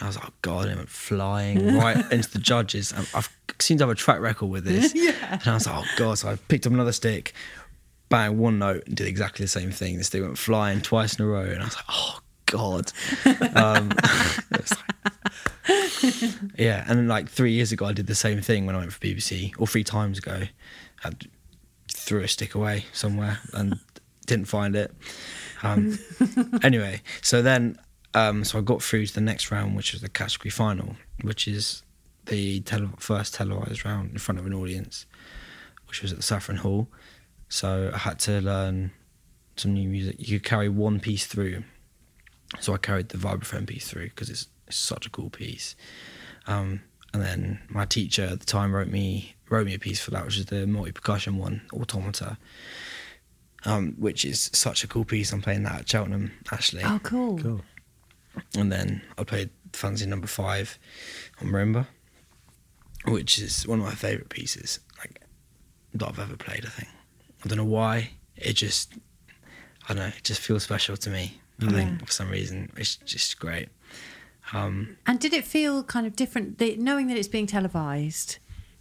And I was like, oh God, and it went flying right into the judges. And I've seemed to have a track record with this. And I was like, oh God. So I picked up another stick, bang, one note, and did exactly the same thing. This thing went flying twice in a row. And I was like, oh God. Um, it was like, yeah, and then like three years ago, I did the same thing when I went for BBC, or three times ago, I threw a stick away somewhere and didn't find it. Um, anyway, so then, um, so I got through to the next round, which was the category final, which is the tele- first televised round in front of an audience, which was at the Saffron Hall. So I had to learn some new music. You could carry one piece through, so I carried the vibraphone piece through because it's, it's such a cool piece. Um, and then my teacher at the time wrote me wrote me a piece for that, which is the multi percussion one, Automata, um, which is such a cool piece. I'm playing that at Cheltenham actually, oh, cool. Cool. and then I played Fancy Number Five on Marimba, which is one of my favourite pieces like that I've ever played. I think I don't know why it just I don't know it just feels special to me. I think for some reason it's just great. And did it feel kind of different, the, knowing that it's being televised?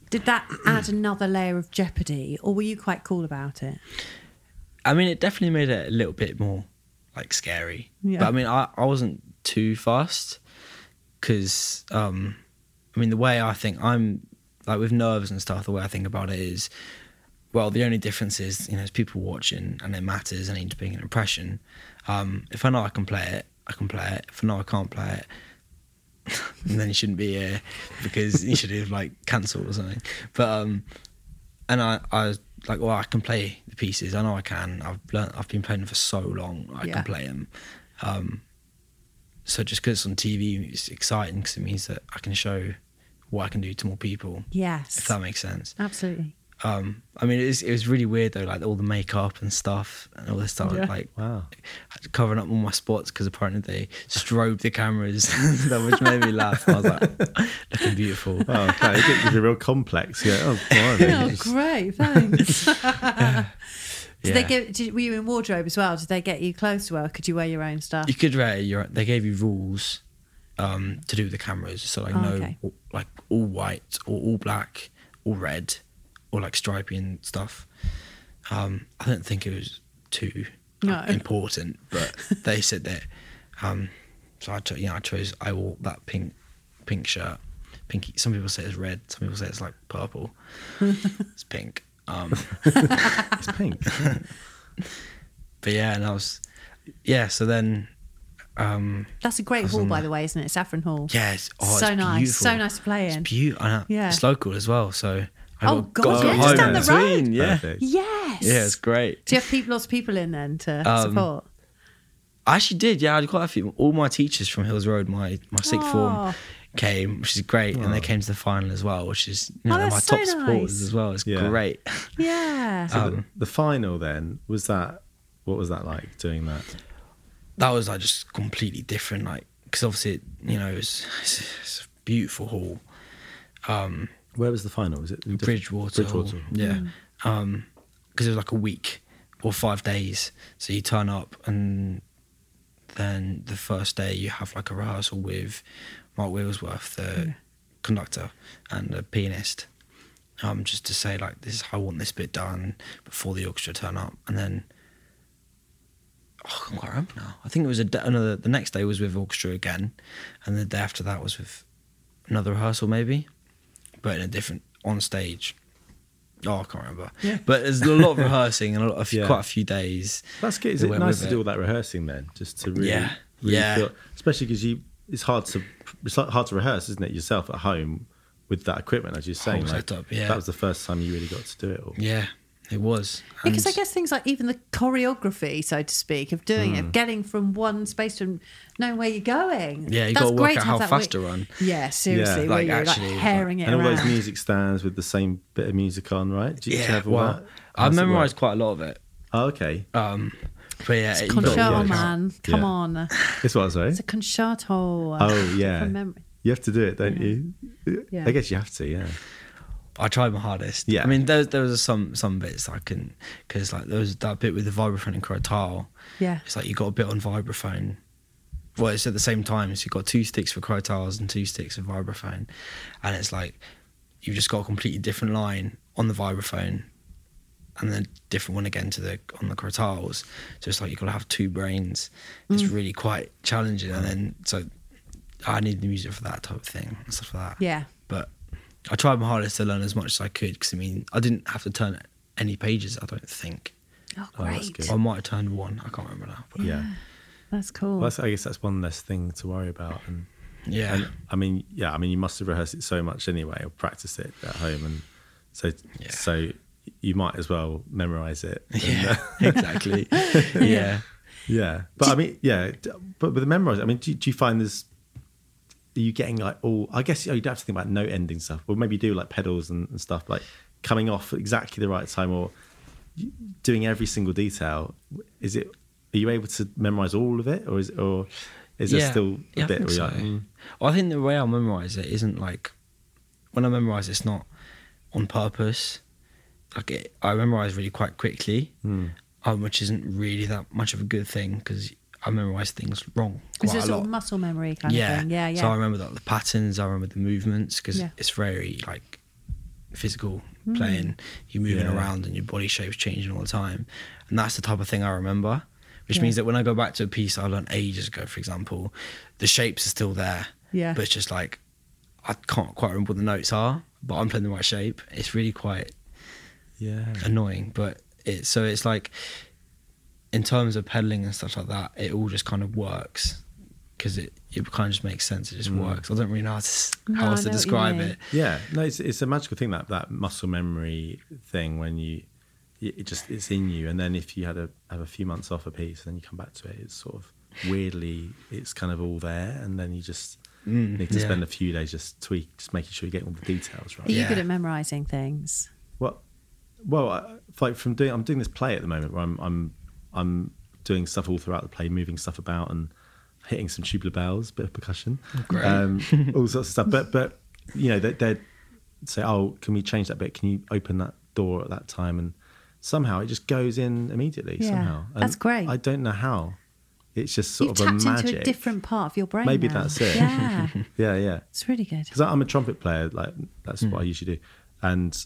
Did that add another layer of jeopardy, or were you quite cool about it? I mean, it definitely made it a little bit more like scary. Yeah. But I mean, I, I wasn't too fast because, um, I mean, the way I think I'm like with nerves and stuff, the way I think about it is, well, the only difference is, you know, there's people watching and it matters. I need to bring an impression. Um, if I know I can play it, I can play it. If I know I can't play it, and then you shouldn't be here because you should have like cancelled or something. But um, and I, I was like, well, I can play the pieces. I know I can. I've learnt, I've been playing them for so long. I Yeah. can play them. Um, so just because it's on TV, it's exciting because it means that I can show what I can do to more people. If Yes. that makes sense. Absolutely. Um, I mean, it was, it was really weird though, like all the makeup and stuff and all this stuff. Like, Wow. covering up all my spots because apparently they strobe the cameras, which made me laugh. I was like, looking beautiful. Oh, okay. It did- it was a real complex. Yeah. Oh, blimey. Oh, Just- great, thanks. Did they Yeah. give? Did, were you in wardrobe as well? Did they get you clothes to wear? Or could you wear your own stuff? you could rate your they gave you rules um to do with the cameras so like Oh, no okay. like all white or all black or red or like stripy and stuff um i don't think it was too like, No. important but they said that um so i cho- you know i chose i wore that pink pink shirt pinky some people say it's red some people say it's like purple it's pink um It's pink. but yeah and i was yeah so then That's a great hall, by the way, isn't it? Saffron Hall. Yes. Oh, so it's nice. beautiful. So nice to play in. It's beautiful. Yeah. Yeah. It's local as well. So I Oh, got- God, got yeah, to go just home down in the road. between, Yeah. Perfect. yes. Yeah, it's Um, great. Do you have people, lots of people in then to support? I actually did. Yeah, I had quite a few. All my teachers from Hills Road, my my sixth Aw. form, came, which is great, and they came to the final as well, which is you Oh, know, they're my that's so top nice. supporters as well. It's Yeah. great. Yeah. um, So the, the final then was that. What was that like doing that? that was like just completely different like because obviously it, you know it's, it's, it's a beautiful hall Where was the final? Was it in diff- bridgewater hall. Bridgewater. yeah Um 'cause because it was like a week or five days so you turn up and then the first day you have like a rehearsal with mark wigglesworth the conductor and the pianist um just to say like this is how i want this bit done before the orchestra turn up and then oh, I can't remember now. I think it was a d- another. The next day was with orchestra again, and the day after that was with another rehearsal, maybe, but in a different on stage. Oh, I can't remember. But there's a lot of rehearsing and a lot of Yeah. quite a few days. That's good. Is that it went nice with to do all that rehearsing then, just to really, Yeah. really Yeah. feel, especially because you, it's hard to, it's like hard to rehearse, isn't it, yourself at home with that equipment, as you're saying. Whole like, setup, yeah. That was the first time you really got to do it. All. Yeah, it was. Because I And- guess things like even the choreography, so to speak, of doing Hmm. it, of getting from one space to knowing where you're going. Yeah, you That's gotta work great out have how that fast wit- to run. Yeah, seriously, like, where you're actually, like like- herring it And all around. those music stands with the same bit of music on, right? Do you do you yeah, have all well, that? I How's it work? memorized quite a lot of it. Oh, okay. Um, but yeah, it- you gotta Concerto work out. man, come Yeah. on! This was right. It's a concerto. Oh yeah. from memory. You have to do it, don't you? Yeah. I guess you have to. Yeah. I tried my hardest. Yeah. I mean, there there was some some bits I couldn't because like there was that bit with the vibraphone and crotale. Yeah. It's like you got a bit on vibraphone. Well, it's at the same time. So you've got two sticks for crotales and two sticks for vibraphone, and it's like you've just got a completely different line on the vibraphone, and then a different one again to the on the crotales. So it's like you've got to have two brains. It's really quite challenging, and then so I need the music for that type of thing and stuff like that Yeah, but I tried my hardest to learn as much as I could because I mean I didn't have to turn any pages. I don't think oh Oh, that's great, good. I might have turned one. I can't remember now. But Yeah. that's cool. Well, that's, I guess that's one less thing to worry about. And yeah, And I mean, yeah, I mean, you must have rehearsed it so much anyway, or practiced it at home, and so Yeah. so you might as well memorize it. yeah, exactly. yeah, Yeah, but I mean, yeah, d- but with the memorize, I mean, do, do you find this? Are you getting like all? I guess you, know, you don't have to think about note ending stuff, or maybe you do like pedals and, and stuff, like coming off at exactly the right time, or y- doing every single detail. Is it? Are you able to memorize all of it, or is or is there Yeah. still a Yeah, I bit? think where you're so. like, mm, Well, I think the way I memorize it isn't like when I memorize it's not on purpose. Like it, I memorize really quite quickly, Hmm. um, which isn't really that much of a good thing because I memorize things wrong It's quite a a sort lot. of muscle memory kind of thing. Yeah, yeah. So I remember like, the patterns. I remember the movements because Yeah. Hmm. it's very like physical playing. You're moving Yeah. around and your body shape's changing all the time, and that's the type of thing I remember. Which means that when I go back to a piece I learned ages ago, for example, the shapes are still there. Yeah. But it's just like I can't quite remember what the notes are, but I'm playing the right shape. It's really quite yeah, annoying, but it so it's like in terms of pedaling and stuff like that, it all just kind of works because it it kind of just makes sense. It just works. I don't really know how, to, s- No, how I else know to what you describe mean. it. Yeah, no, it's it's a magical thing that that muscle memory thing when you it it just it's in you, and then if you had a have a few months off a piece, and then you come back to it, it's sort of weirdly it's kind of all there, and then you just need yeah. to spend a few days just tweak, just making sure you get all the details Are right. you Yeah. good at memorizing things? Well, well, I- like from doing, I'm doing this play at the moment where I'm I'm I'm doing stuff all throughout the play, moving stuff about and hitting some tubular bells, bit of percussion, Great. Um, all sorts of stuff. But but you know they they say, oh, can we change that bit? Can you open that door at that time? And somehow it just goes in immediately. Yeah, somehow And that's great. I don't know how. It's just sort You've of a tapped magic. into a different part of your brain. Maybe now. that's it. Yeah, Yeah, yeah it's really good. because I'm a trumpet player. Like that's Hmm. what I usually do, and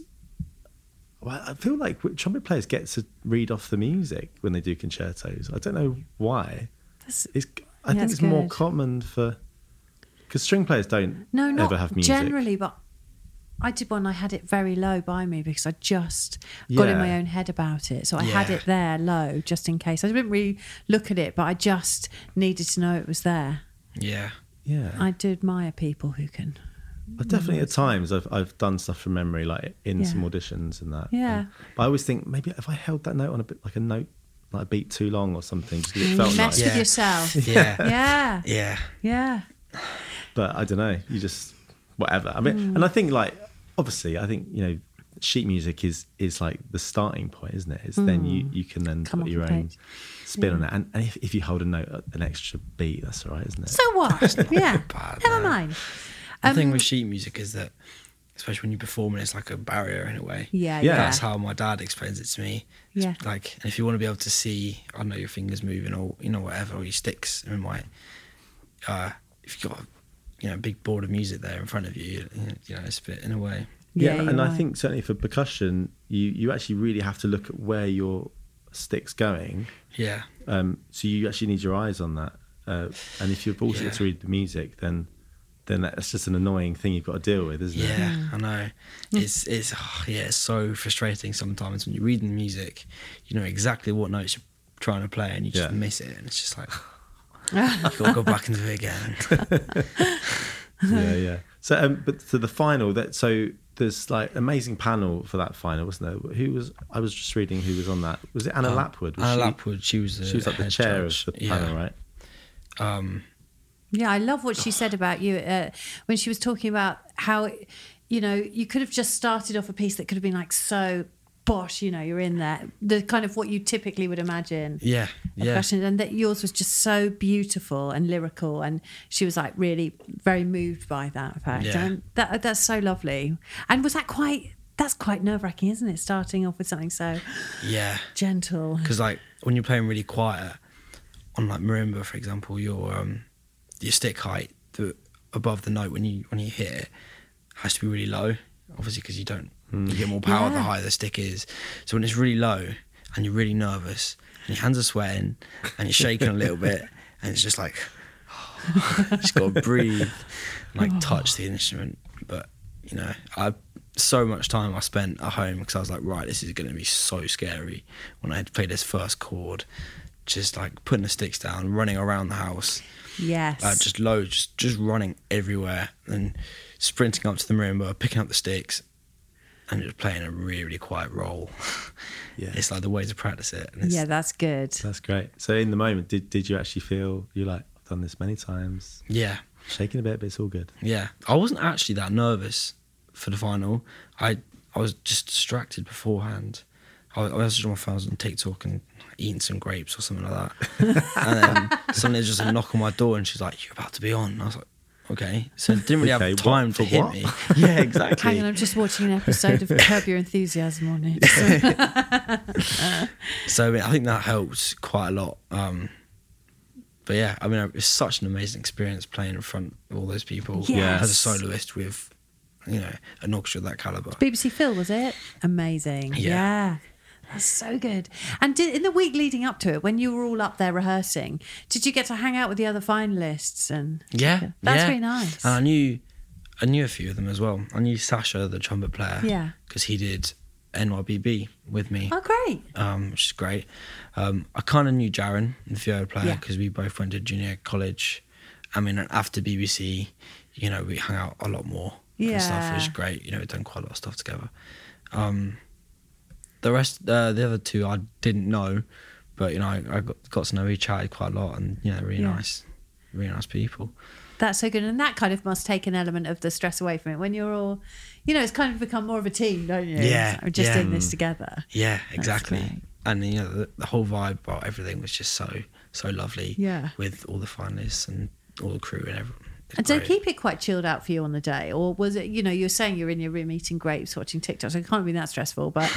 well, I feel like w- trumpet players get to read off the music when they do concertos. I don't know why. That's- It's, I Yeah, think it's it's more good. common for because string players don't No, not ever have music. generally, but I did one. I had it very low by me because I just got in Yeah. my own head about it. So I had Yeah. it there low just in case. I didn't really look at it, but I just needed to know it was there. Yeah. Yeah, I do admire people who can. I've definitely at times I've I've done stuff from memory, like in Yeah. some auditions and that. Yeah. And- but I always think maybe if I held that note on a bit like a note, like a beat too long or something, just 'cause it felt mess nice. with Yeah. yourself. Yeah. yeah, yeah. yeah. but I don't know. You just whatever. I mean, and I think like obviously, I think you know, sheet music is is like the starting point, isn't it? It's then you you can then Mm. Come put off your the own page. spin on it. And, and if, if you hold a note, at an extra beat, that's all right, isn't it? So what? yeah, bad, never no. mind. The Um, thing with sheet music is that, especially when you perform, it, it's like a barrier in a way. Yeah, Yeah. yeah, That's how my dad explains it to me. It's Yeah. Like, and if you want to be able to see, I don't know your fingers moving or you know whatever, or your sticks in my. Uh, if you've got a, you know a big board of music there in front of you, you know it's a bit in a way. yeah. you're and I right. think certainly for percussion, you you actually really have to look at where your stick's going. Yeah. Um, so you actually need your eyes on that. Uh, and if you've also Yeah. got to read the music, then then that's just an annoying thing you've got to deal with, isn't it? Yeah, Hmm. I know. It's it's oh, yeah, it's so frustrating sometimes when you're reading the music, you know exactly what notes you're trying to play and you just Yeah. miss it, and it's just like you gotta go back and do it again. yeah, yeah. So, um, but to the final, that so there's like amazing panel for that final, wasn't there? Who was I was just reading who was on that? Was it Anna Lapwood? Was Anna she- Lapwood, she was the She was like the head chair judge. of the yeah. panel, right? Um, Yeah, I love what she said about you uh, when she was talking about how, you know, you could have just started off a piece that could have been like so bosh, you know, you're in there, the kind of what you typically would imagine. yeah, a yeah, question, and that yours was just so beautiful and lyrical, and she was like really very moved by that fact. Yeah. And that that's so lovely. And was that quite? That's quite nerve wracking, isn't it? Starting off with something so yeah. gentle. Because like when you're playing really quiet on like marimba, for example, your um, your stick height the, above the note when you when you hit it has to be really low, obviously because you don't Hmm. you get more power the Yeah. higher the stick is. So when it's really low and you're really nervous and your hands are sweating and you're shaking a little bit and it's just like just got to breathe, like touch the instrument. But you know, I so much time I spent at home because I was like, right, this is going to be so scary when I had to play this first chord. Just like putting the sticks down, running around the house, Yes. uh, just loads, just, just running everywhere, and sprinting up to the marimba, picking up the sticks, and just playing a really, really quiet role. Yeah. it's like the way to practice it. And it's, yeah, that's good. That's great. So in the moment, did did you actually feel you like I've done this many times, yeah, shaking a bit, but it's all good. Yeah, I wasn't actually that nervous for the final. I I was just distracted beforehand. I, I was just on my phone I was on TikTok and eating some grapes or something like that. and then suddenly there's just a knock on my door and she's like, "You're about to be on." And I was like, "Okay." So it didn't really Okay, have what- time for to hit what? me. yeah, exactly. Hang on, I'm just watching an episode of Curb Your Enthusiasm on it. So- So I, mean, I think that helped quite a lot. Um, but yeah, I mean, it's such an amazing experience playing in front of all those people Yes. as a soloist with, you know, an orchestra of that caliber. BBC Phil, was it? Amazing. Yeah. Yeah. That's so good. And did, in the week leading up to it, when you were all up there rehearsing, did you get to hang out with the other finalists? And Yeah, that's yeah. Uh, really nice. And I knew, I knew a few of them as well. I knew Sasha, the trumpet player. Yeah. because he did NYBB with me, oh, great. um, which is great. Um, I kind of knew Jaron, the viola player, Yeah. because we both went to junior college. I mean, and after BBC, you know, we hung out a lot more. and stuff which is Yeah. great. You know, we've done quite a lot of stuff together. Um, the rest, uh, the other two, I didn't know, but you know, I, I got, got to know. We chatted quite a lot, and you know, really Yeah. nice, really nice people. That's so good. And that kind of must take an element of the stress away from it when you're all, you know, it's kind of become more of a team, don't you? Yeah, We're just yeah. in this together. Yeah, exactly. great. And you know, the, the whole vibe about everything was just so so lovely. Yeah. with all the finalists and all the crew and everyone. It was And so great. keep it quite chilled out for you on the day. Or was it, you know, you're saying you're in your room eating grapes, watching TikToks. It can't be that stressful, but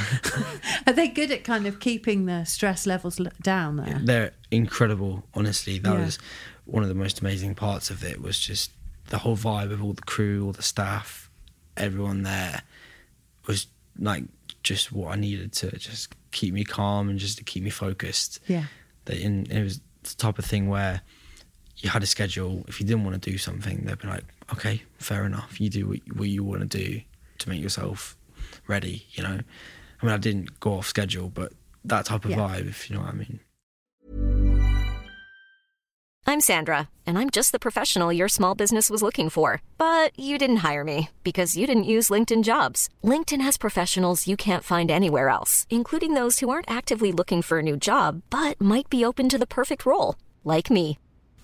are they good at kind of keeping the stress levels l- down there? They're incredible, honestly. That Yeah. was one of the most amazing parts of it. Was just the whole vibe of all the crew, all the staff, everyone there was like just what I needed to just keep me calm and just to keep me focused. Yeah. They, and it was the type of thing where you had a schedule. If you didn't want to do something, they'd be like, okay, fair enough. You do what, what you want to do to make yourself ready, you know? I mean, I didn't go off schedule, but that type of Yeah. vibe, if you know what I mean. I'm Sandra, and I'm just the professional your small business was looking for. But you didn't hire me because you didn't use LinkedIn jobs. LinkedIn has professionals you can't find anywhere else, including those who aren't actively looking for a new job but might be open to the perfect role, like me.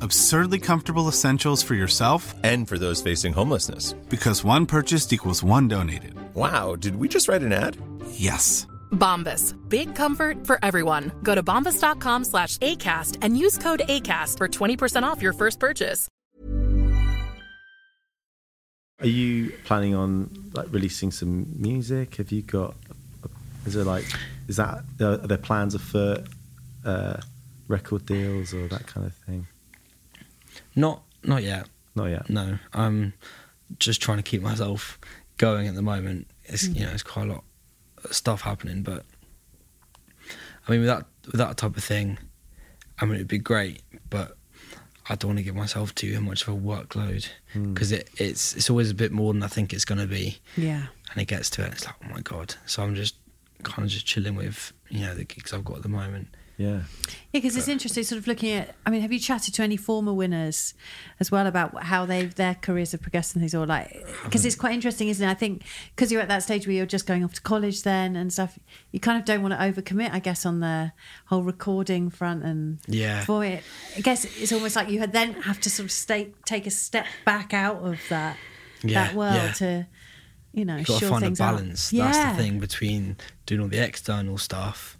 Absurdly comfortable essentials for yourself And for those facing homelessness. because one purchased equals one donated. Wow, did we just write an ad? Yes. Bombas. Big comfort for everyone. Go to bombas.com slash ACAST and use code ACAST for 20% off your first purchase. Are you planning on like releasing some music? Have you got? Is there like? Is that are there plans for uh, record deals or that kind of thing? Not not yet. Not yet. No, I'm just trying to keep myself going at the moment. It's Hmm. you know it's quite a lot of stuff happening, but I mean with that with that type of thing, I mean it'd be great, but I don't want to give myself too much of a workload Hmm. because it, it's it's always a bit more than I think it's gonna be, Yeah. and it gets to it and it's like oh my god. So I'm just kind of just chilling with you know the gigs I've got at the moment. Yeah. Yeah, because it's interesting, sort of looking at. I mean, have you chatted to any former winners as well about how they their careers have progressed and things, or like because it's quite interesting, isn't it? I think because you're at that stage where you're just going off to college then and stuff, you kind of don't want to overcommit, I guess, on the whole recording front and Yeah. For it, I guess it's almost like you had then have to sort of stay, take a step back out of that Yeah, that world yeah. to you know You've got sure to find a things out. balance. Yeah. That's the thing between doing all the external stuff,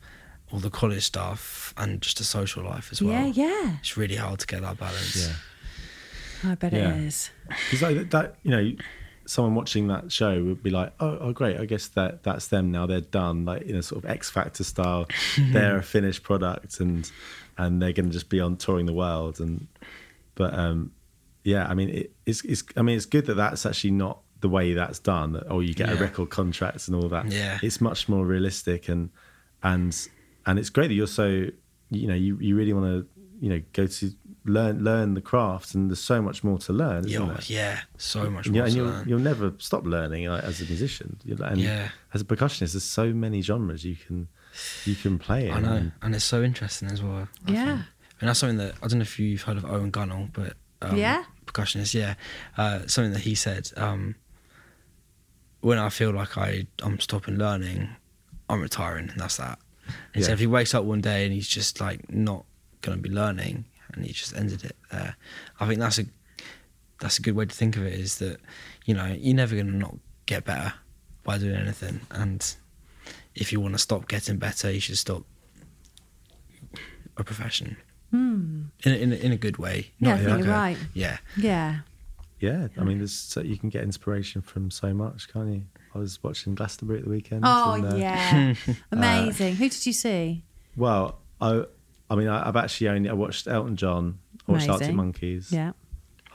all the college stuff, and just the social life as well. Yeah, yeah. It's really hard to get that balance. Yeah. I bet Yeah. it is. Because like that, you know, someone watching that show would be like, "Oh, oh, great! I guess that that's them now. They're done." Like in a sort of X Factor style, they're a finished product, and and they're going to just be on touring the world. And but um, yeah, I mean, it, it's it's I mean, it's good that that's actually not the way that's done. That, oh, you get a Yeah. record contract and all that. Yeah. it's much more realistic, and and and it's great that you're so you know you, you really want to you know go to learn learn the craft and there's so much more to learn isn't Yeah, there? yeah, so much yeah, more. and to you'll, learn. you'll never stop learning like, as a musician. You'll- And Yeah. as a percussionist, there's so many genres you can you can play in. I know, And- and it's so interesting as well. I Yeah. think. and that's something that I don't know if you've heard of Owen Gunnell, but um, Yeah. percussionist. Yeah, uh, something that he said. Um, when I feel like I I'm stopping learning, I'm retiring, and that's that. He Yeah. said if he wakes up one day and he's just like not going to be learning, and he just ended it there. I think that's a that's a good way to think of it. Is that you know you're never going to not get better by doing anything, and if you want to stop getting better, you should stop a profession. In, a, in, a, in a good way. Hmm. Yeah, I in think like you're a- right. Yeah. Yeah. yeah, I mean, there's so, you can get inspiration from so much, can't you? I was watching Glastonbury at the weekend. Oh and, uh, yeah, amazing. Who did you see? Well, I I mean, I, I've actually only I watched Elton John. I watched Arctic Amazing. Monkeys. Yeah,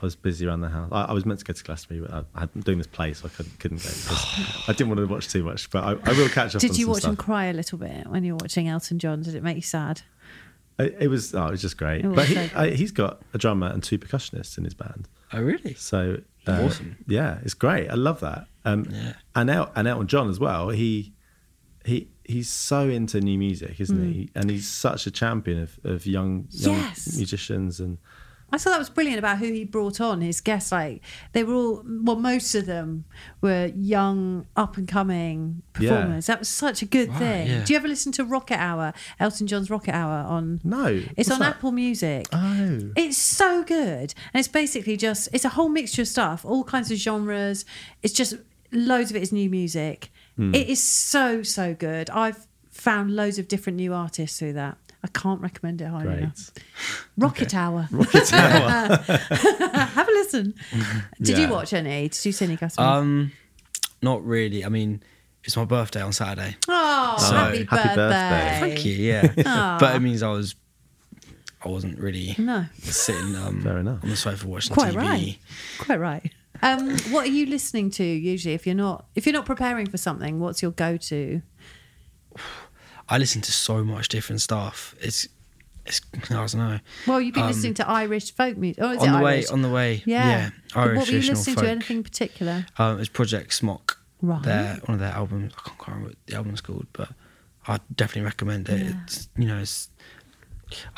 I was busy around the house. I, I was meant to go to Glastonbury, but I, I'm doing this play, so I couldn't, couldn't go. 'cause I didn't want to watch too much, but I, I will catch up. did on you some watch him stuff. cry a little bit when you were watching Elton John? Did it make you sad? It, it was oh, it was just great. It was but so he, good. I, he's got a drummer and two percussionists in his band. Oh, really? So Uh, Awesome. Yeah, it's great. I love that. Um, And El- and Elton John as well. He he he's so into new music, isn't Mm. he? And he's such a champion of, of young, young Yes. musicians and I thought that was brilliant about who he brought on. His guests, like they were all, well, most of them were young, up and coming Yeah. performers. That was such a good thing. yeah. Do you ever listen to Rocket Hour, Elton John's Rocket Hour on? No, it's what's on that? Apple Music. Oh, it's so good, and it's basically just it's a whole mixture of stuff, all kinds of genres. It's just loads of it is new music. Hmm. It is so so good. I've found loads of different new artists through that. I can't recommend it highly Great. enough. Rocket Hour. Have a listen. Did Mm-hmm. Yeah. Uh, you watch any? Did you see any Gus? Um, not really. I mean, it's my birthday on Saturday. oh, happy, happy birthday. birthday. Thank you. Ah. Yeah, but it means I was, I wasn't really No, sitting um, Fair enough. on the sofa watching quite TV. right. Quite right. Um, what are you listening to usually if you're not if you're not preparing for something? What's your go-to? I listen to so much different stuff. It's, it's I don't know. Well, you've been listening to Irish folk music. Oh, is Um, on it the way, Irish? on the way. yeah. yeah But what Irish were you traditional listening folk. to? Anything particular? Um, it's Project Smock. Right. Their, one of their albums. I can't quite remember what the album's called, but I definitely recommend it. It's you know, it's.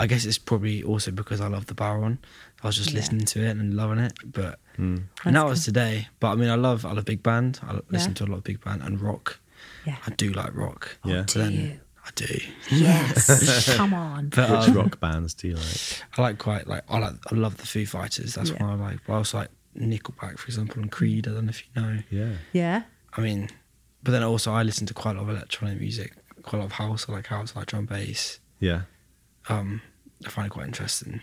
I guess it's probably also because I love the Baron. I was just listening to it and loving it, but and that was today. But I mean, I love I love big band. I l- listen Yeah. to a lot of big band and rock. Yeah. Oh, I do like rock. Yeah. But then I do. Yes. Come on. But which um, rock bands do you like? I like quite like I like I love the Foo Fighters. That's Yeah. what I like. But I also like Nickelback, for example, and Creed. I don't know if you know. Yeah. Yeah. I mean, but then also I listen to quite a lot of electronic music, quite a lot of house. I like house, I like drum bass. Yeah. Um, I find it quite interesting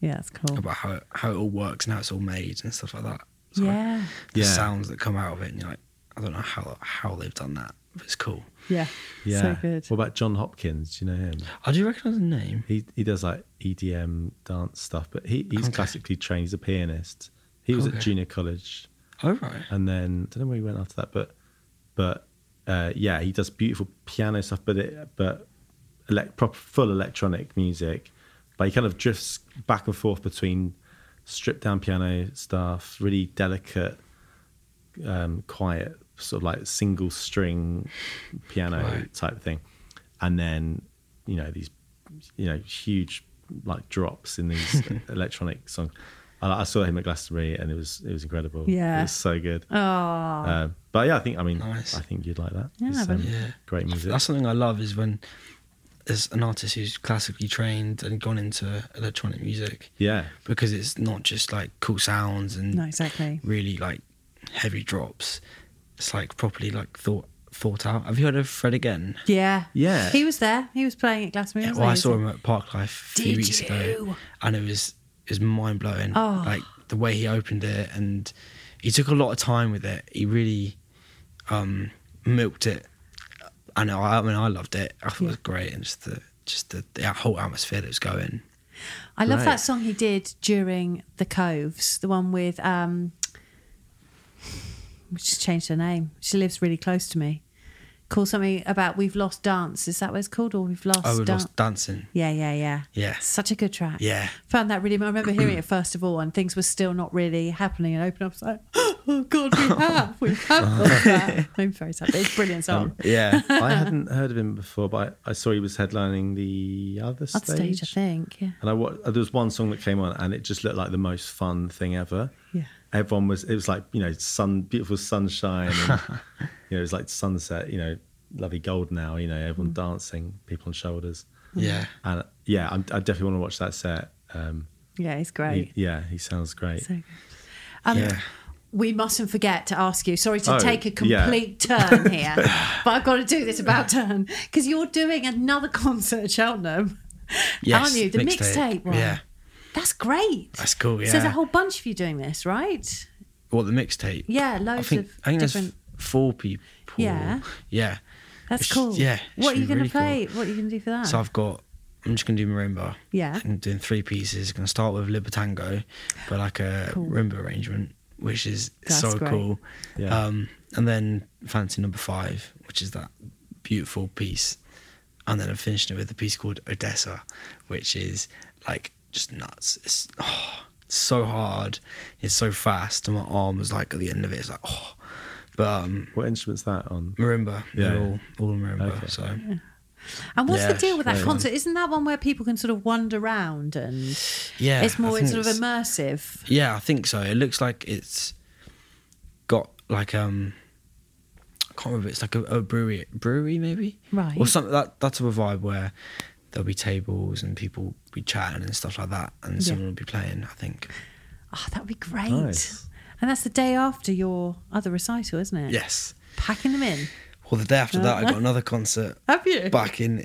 Yeah, that's cool. about how it, how it all works and how it's all made and stuff like that. So like, Yeah. the Yeah. sounds that come out of it, and you're like, I don't know how how they've done that, but it's cool. Yeah. Yeah. So good. What about John Hopkins? Do you know him? I Oh, do recognise the name. He he does like EDM dance stuff, but he, he's Okay. classically trained. He's a pianist. He was at Okay. junior college Oh right, and then I don't know where he went after that, but but uh, yeah, he does beautiful piano stuff, but it but elect, proper full electronic music. But he kind of drifts back and forth between stripped down piano stuff, really delicate, um, quiet, sort of like single string piano Right. type thing, and then you know these you know huge like drops in these electronic songs. I I saw him at Glastonbury, and it was it was incredible. Yeah. Oh. it was so good. Ah, uh, Um, but yeah, I think I mean Nice. I think you'd like that. Yeah, It's, um, but- yeah, great music. That's something I love is when there's an artist who's classically trained and gone into electronic music yeah, because it's not just like cool sounds and No, exactly. really like heavy drops. It's like properly like thought thought out. Have you heard of Fred again? Yeah. Yeah. He was there. He was playing at Glastonbury. Yeah, wasn't well, I he? saw him at Park Life a few Did weeks you? ago, and it was it was mind blowing. Oh. Like the way he opened it, and he took a lot of time with it. He really um, milked it. I know. I mean, I loved it. I thought it was great, and just the just the, the whole atmosphere that was going. I love Right. that song he did during the Coves, the one with um which has changed her name. She lives really close to me. Called something about We've Lost Dance. Is that what it's called? Or We've Lost I was Dance? Oh, lost dancing. Yeah, yeah, yeah. Yeah. Such a good track. Yeah. Found that really. I remember hearing it first of all, and things were still not really happening. And open up, it's like, oh God, we have, we have got that. I'm very sad. It's a brilliant song. Yeah. I hadn't heard of him before, but I, I saw he was headlining the other That stage. stage, I think. Yeah. And I wa- uh, there was one song that came on, and it just looked like the most fun thing ever. Yeah. everyone was. It was like you know, sun, beautiful sunshine. And, you know, it was like sunset. You know, lovely golden hour. You know, Mm. everyone dancing, people on shoulders, yeah. and yeah, I'm, I definitely want to watch that set. Um, Yeah, it's he- great. yeah, he sounds great. So good. Um, Yeah. We mustn't forget to ask you. Sorry to Oh, take a yeah. complete turn here, but I've got to do this about turn because you're doing another concert at Cheltenham, Yes, aren't you? The mixtape. mixtape one. Yeah. That's great. That's cool, So there's a yeah. whole bunch of you doing this, right? Well, the mixtape. Yeah, I loads think of I think there's different. f- four people. Yeah. Yeah. That's It's- cool. Yeah. it What should are you be going really to cool. play? What are you going to do for that? So I've got. I'm just gonna do marimba. Oh. Yeah. I'm doing three pieces. Gonna start with Libertango, but like a marimba arrangement, which is That's so great. cool. Yeah. Um, and then Fancy Number Five, which is that beautiful piece, and then I'm finishing it with a piece called Odessa, which is like just nuts. It's oh, so hard. It's so fast, and my arm was like at the end of it. It's like oh, but um, What instrument's that on? marimba. Yeah. Yeah, all, all in marimba. Okay. So And what's the Yeah, deal with that very concert? Isn't that one where people can sort of wander around and yeah, it's more I it's think sort of immersive? Yeah, I think so. It looks like it's got like um I can't remember. It's like a, a brewery, brewery maybe, Right. Or something that that type of vibe where there'll be tables and people be chatting and stuff like that, and someone will be playing. I think. Oh, that would be great. Nice. And that's the day after your other recital, isn't it? Yes. Packing them in. Well, the day after that, I got another concert Have you? back in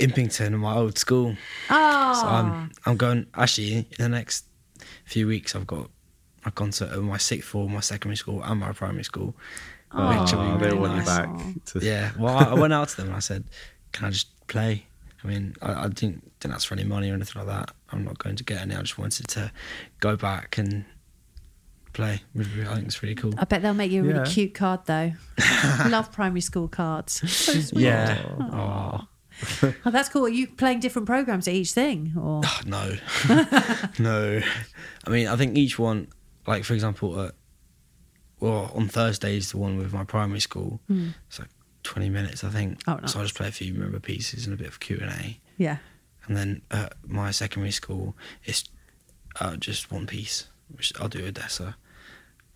Impington, in my old school. Oh, So I'm I'm going actually in the next few weeks. I've got a concert at my sixth form, my secondary school, and my primary school. which will be Oh, they really want you nice. back. To, Yeah. Well, I, I went out to them and I said, "Can I just play?" I mean, I, I didn't didn't ask for any money or anything like that. I'm not going to get any. I just wanted to go back and play. I think it's really cool. I bet they'll make you a really Yeah. cute card though. Love primary school cards. So sweet. Yeah. Oh. Oh, that's cool. Are you playing different programs at each thing, or Ah, No, no. I mean, I think each one, like for example, uh, well, on Thursday is the one with my primary school. It's like twenty minutes, I think. Hmm. Oh, nice. So I just play a few member pieces and a bit of Q and A, yeah? and then uh, my secondary school is uh, just one piece, which I'll do Odessa,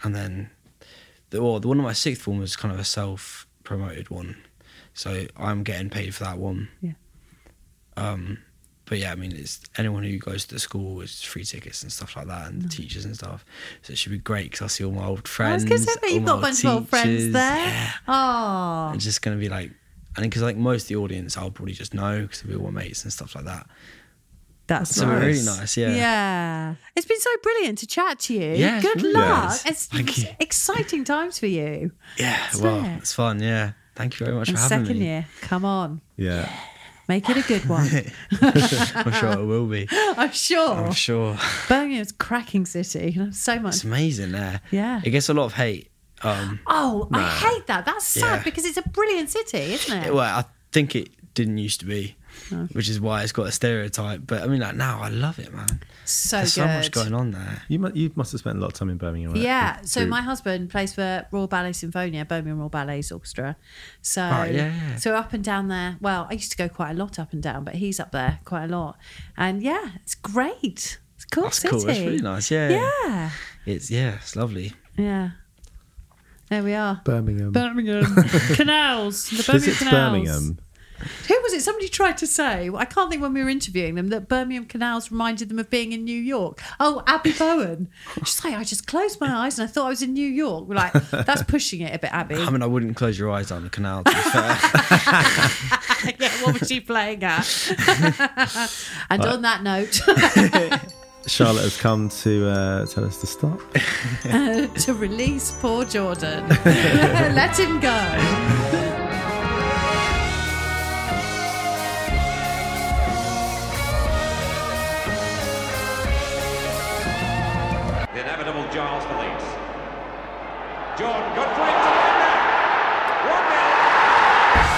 and then the well, the one of my sixth form was kind of a self-promoted one, so I'm getting paid for that one. Yeah. Um, but yeah, I mean, it's anyone who goes to the school is free tickets and stuff like that, and teachers and stuff. So it should be great because I see all my old Mm. I was friends. going to say, I bet you've all got a my bunch of old friends teachers. there. Oh, It's just going to be like, and because like most of the audience, I'll probably just know because they'll be all my mates and stuff like that. that's So it'll be really nice, yeah. Yeah. It's been so brilliant to chat to you. Yeah, it's Good really luck. nice. It's, Thank it's you. exciting times for you. Yeah, That's well, fair. it's fun. Yeah, thank you very much And for having second me. year. Come on. yeah. Make it a good one. I'm sure it will be. I'm sure. I'm sure. Birmingham's a cracking city. and I'm so much. It's amazing there. Yeah. It gets a lot of hate. Um, Oh, I hate that. That's sad Yeah. because it's a brilliant city, isn't it? well, I think it didn't used to be, which is why it's got a stereotype. But I mean, like now, I love it, man. so There's Oh, good. so much going on there. You must, you must have spent a lot of time in Birmingham. right? Yeah. With- So with- my husband plays for Royal Ballet Symphonia, Birmingham Royal Ballet's orchestra. So Right, yeah, yeah. so up and down there. Well, I used to go quite a lot up and down, but he's up there quite a lot. And yeah, it's great. It's a cool That's city. cool. That's really nice. Yeah. Yeah. It's yeah, it's lovely. Yeah. There we are. Birmingham. Birmingham canals. The Birmingham Because it's canals. Birmingham. Who was it? Somebody tried to say. I can't think when we were interviewing them that Birmingham canals reminded them of being in New York. Oh, Abby Bowen. She's like, I just closed my eyes and I thought I was in New York. We're like, that's pushing it a bit, Abby. I mean, I wouldn't close your eyes down the canal. To be fair. yeah, what was she playing at? and on that note, Charlotte has come to uh, tell us to stop. to release poor Jordan, let him go. The inevitable Giles Police. Jordan, good frame to the net. One nil.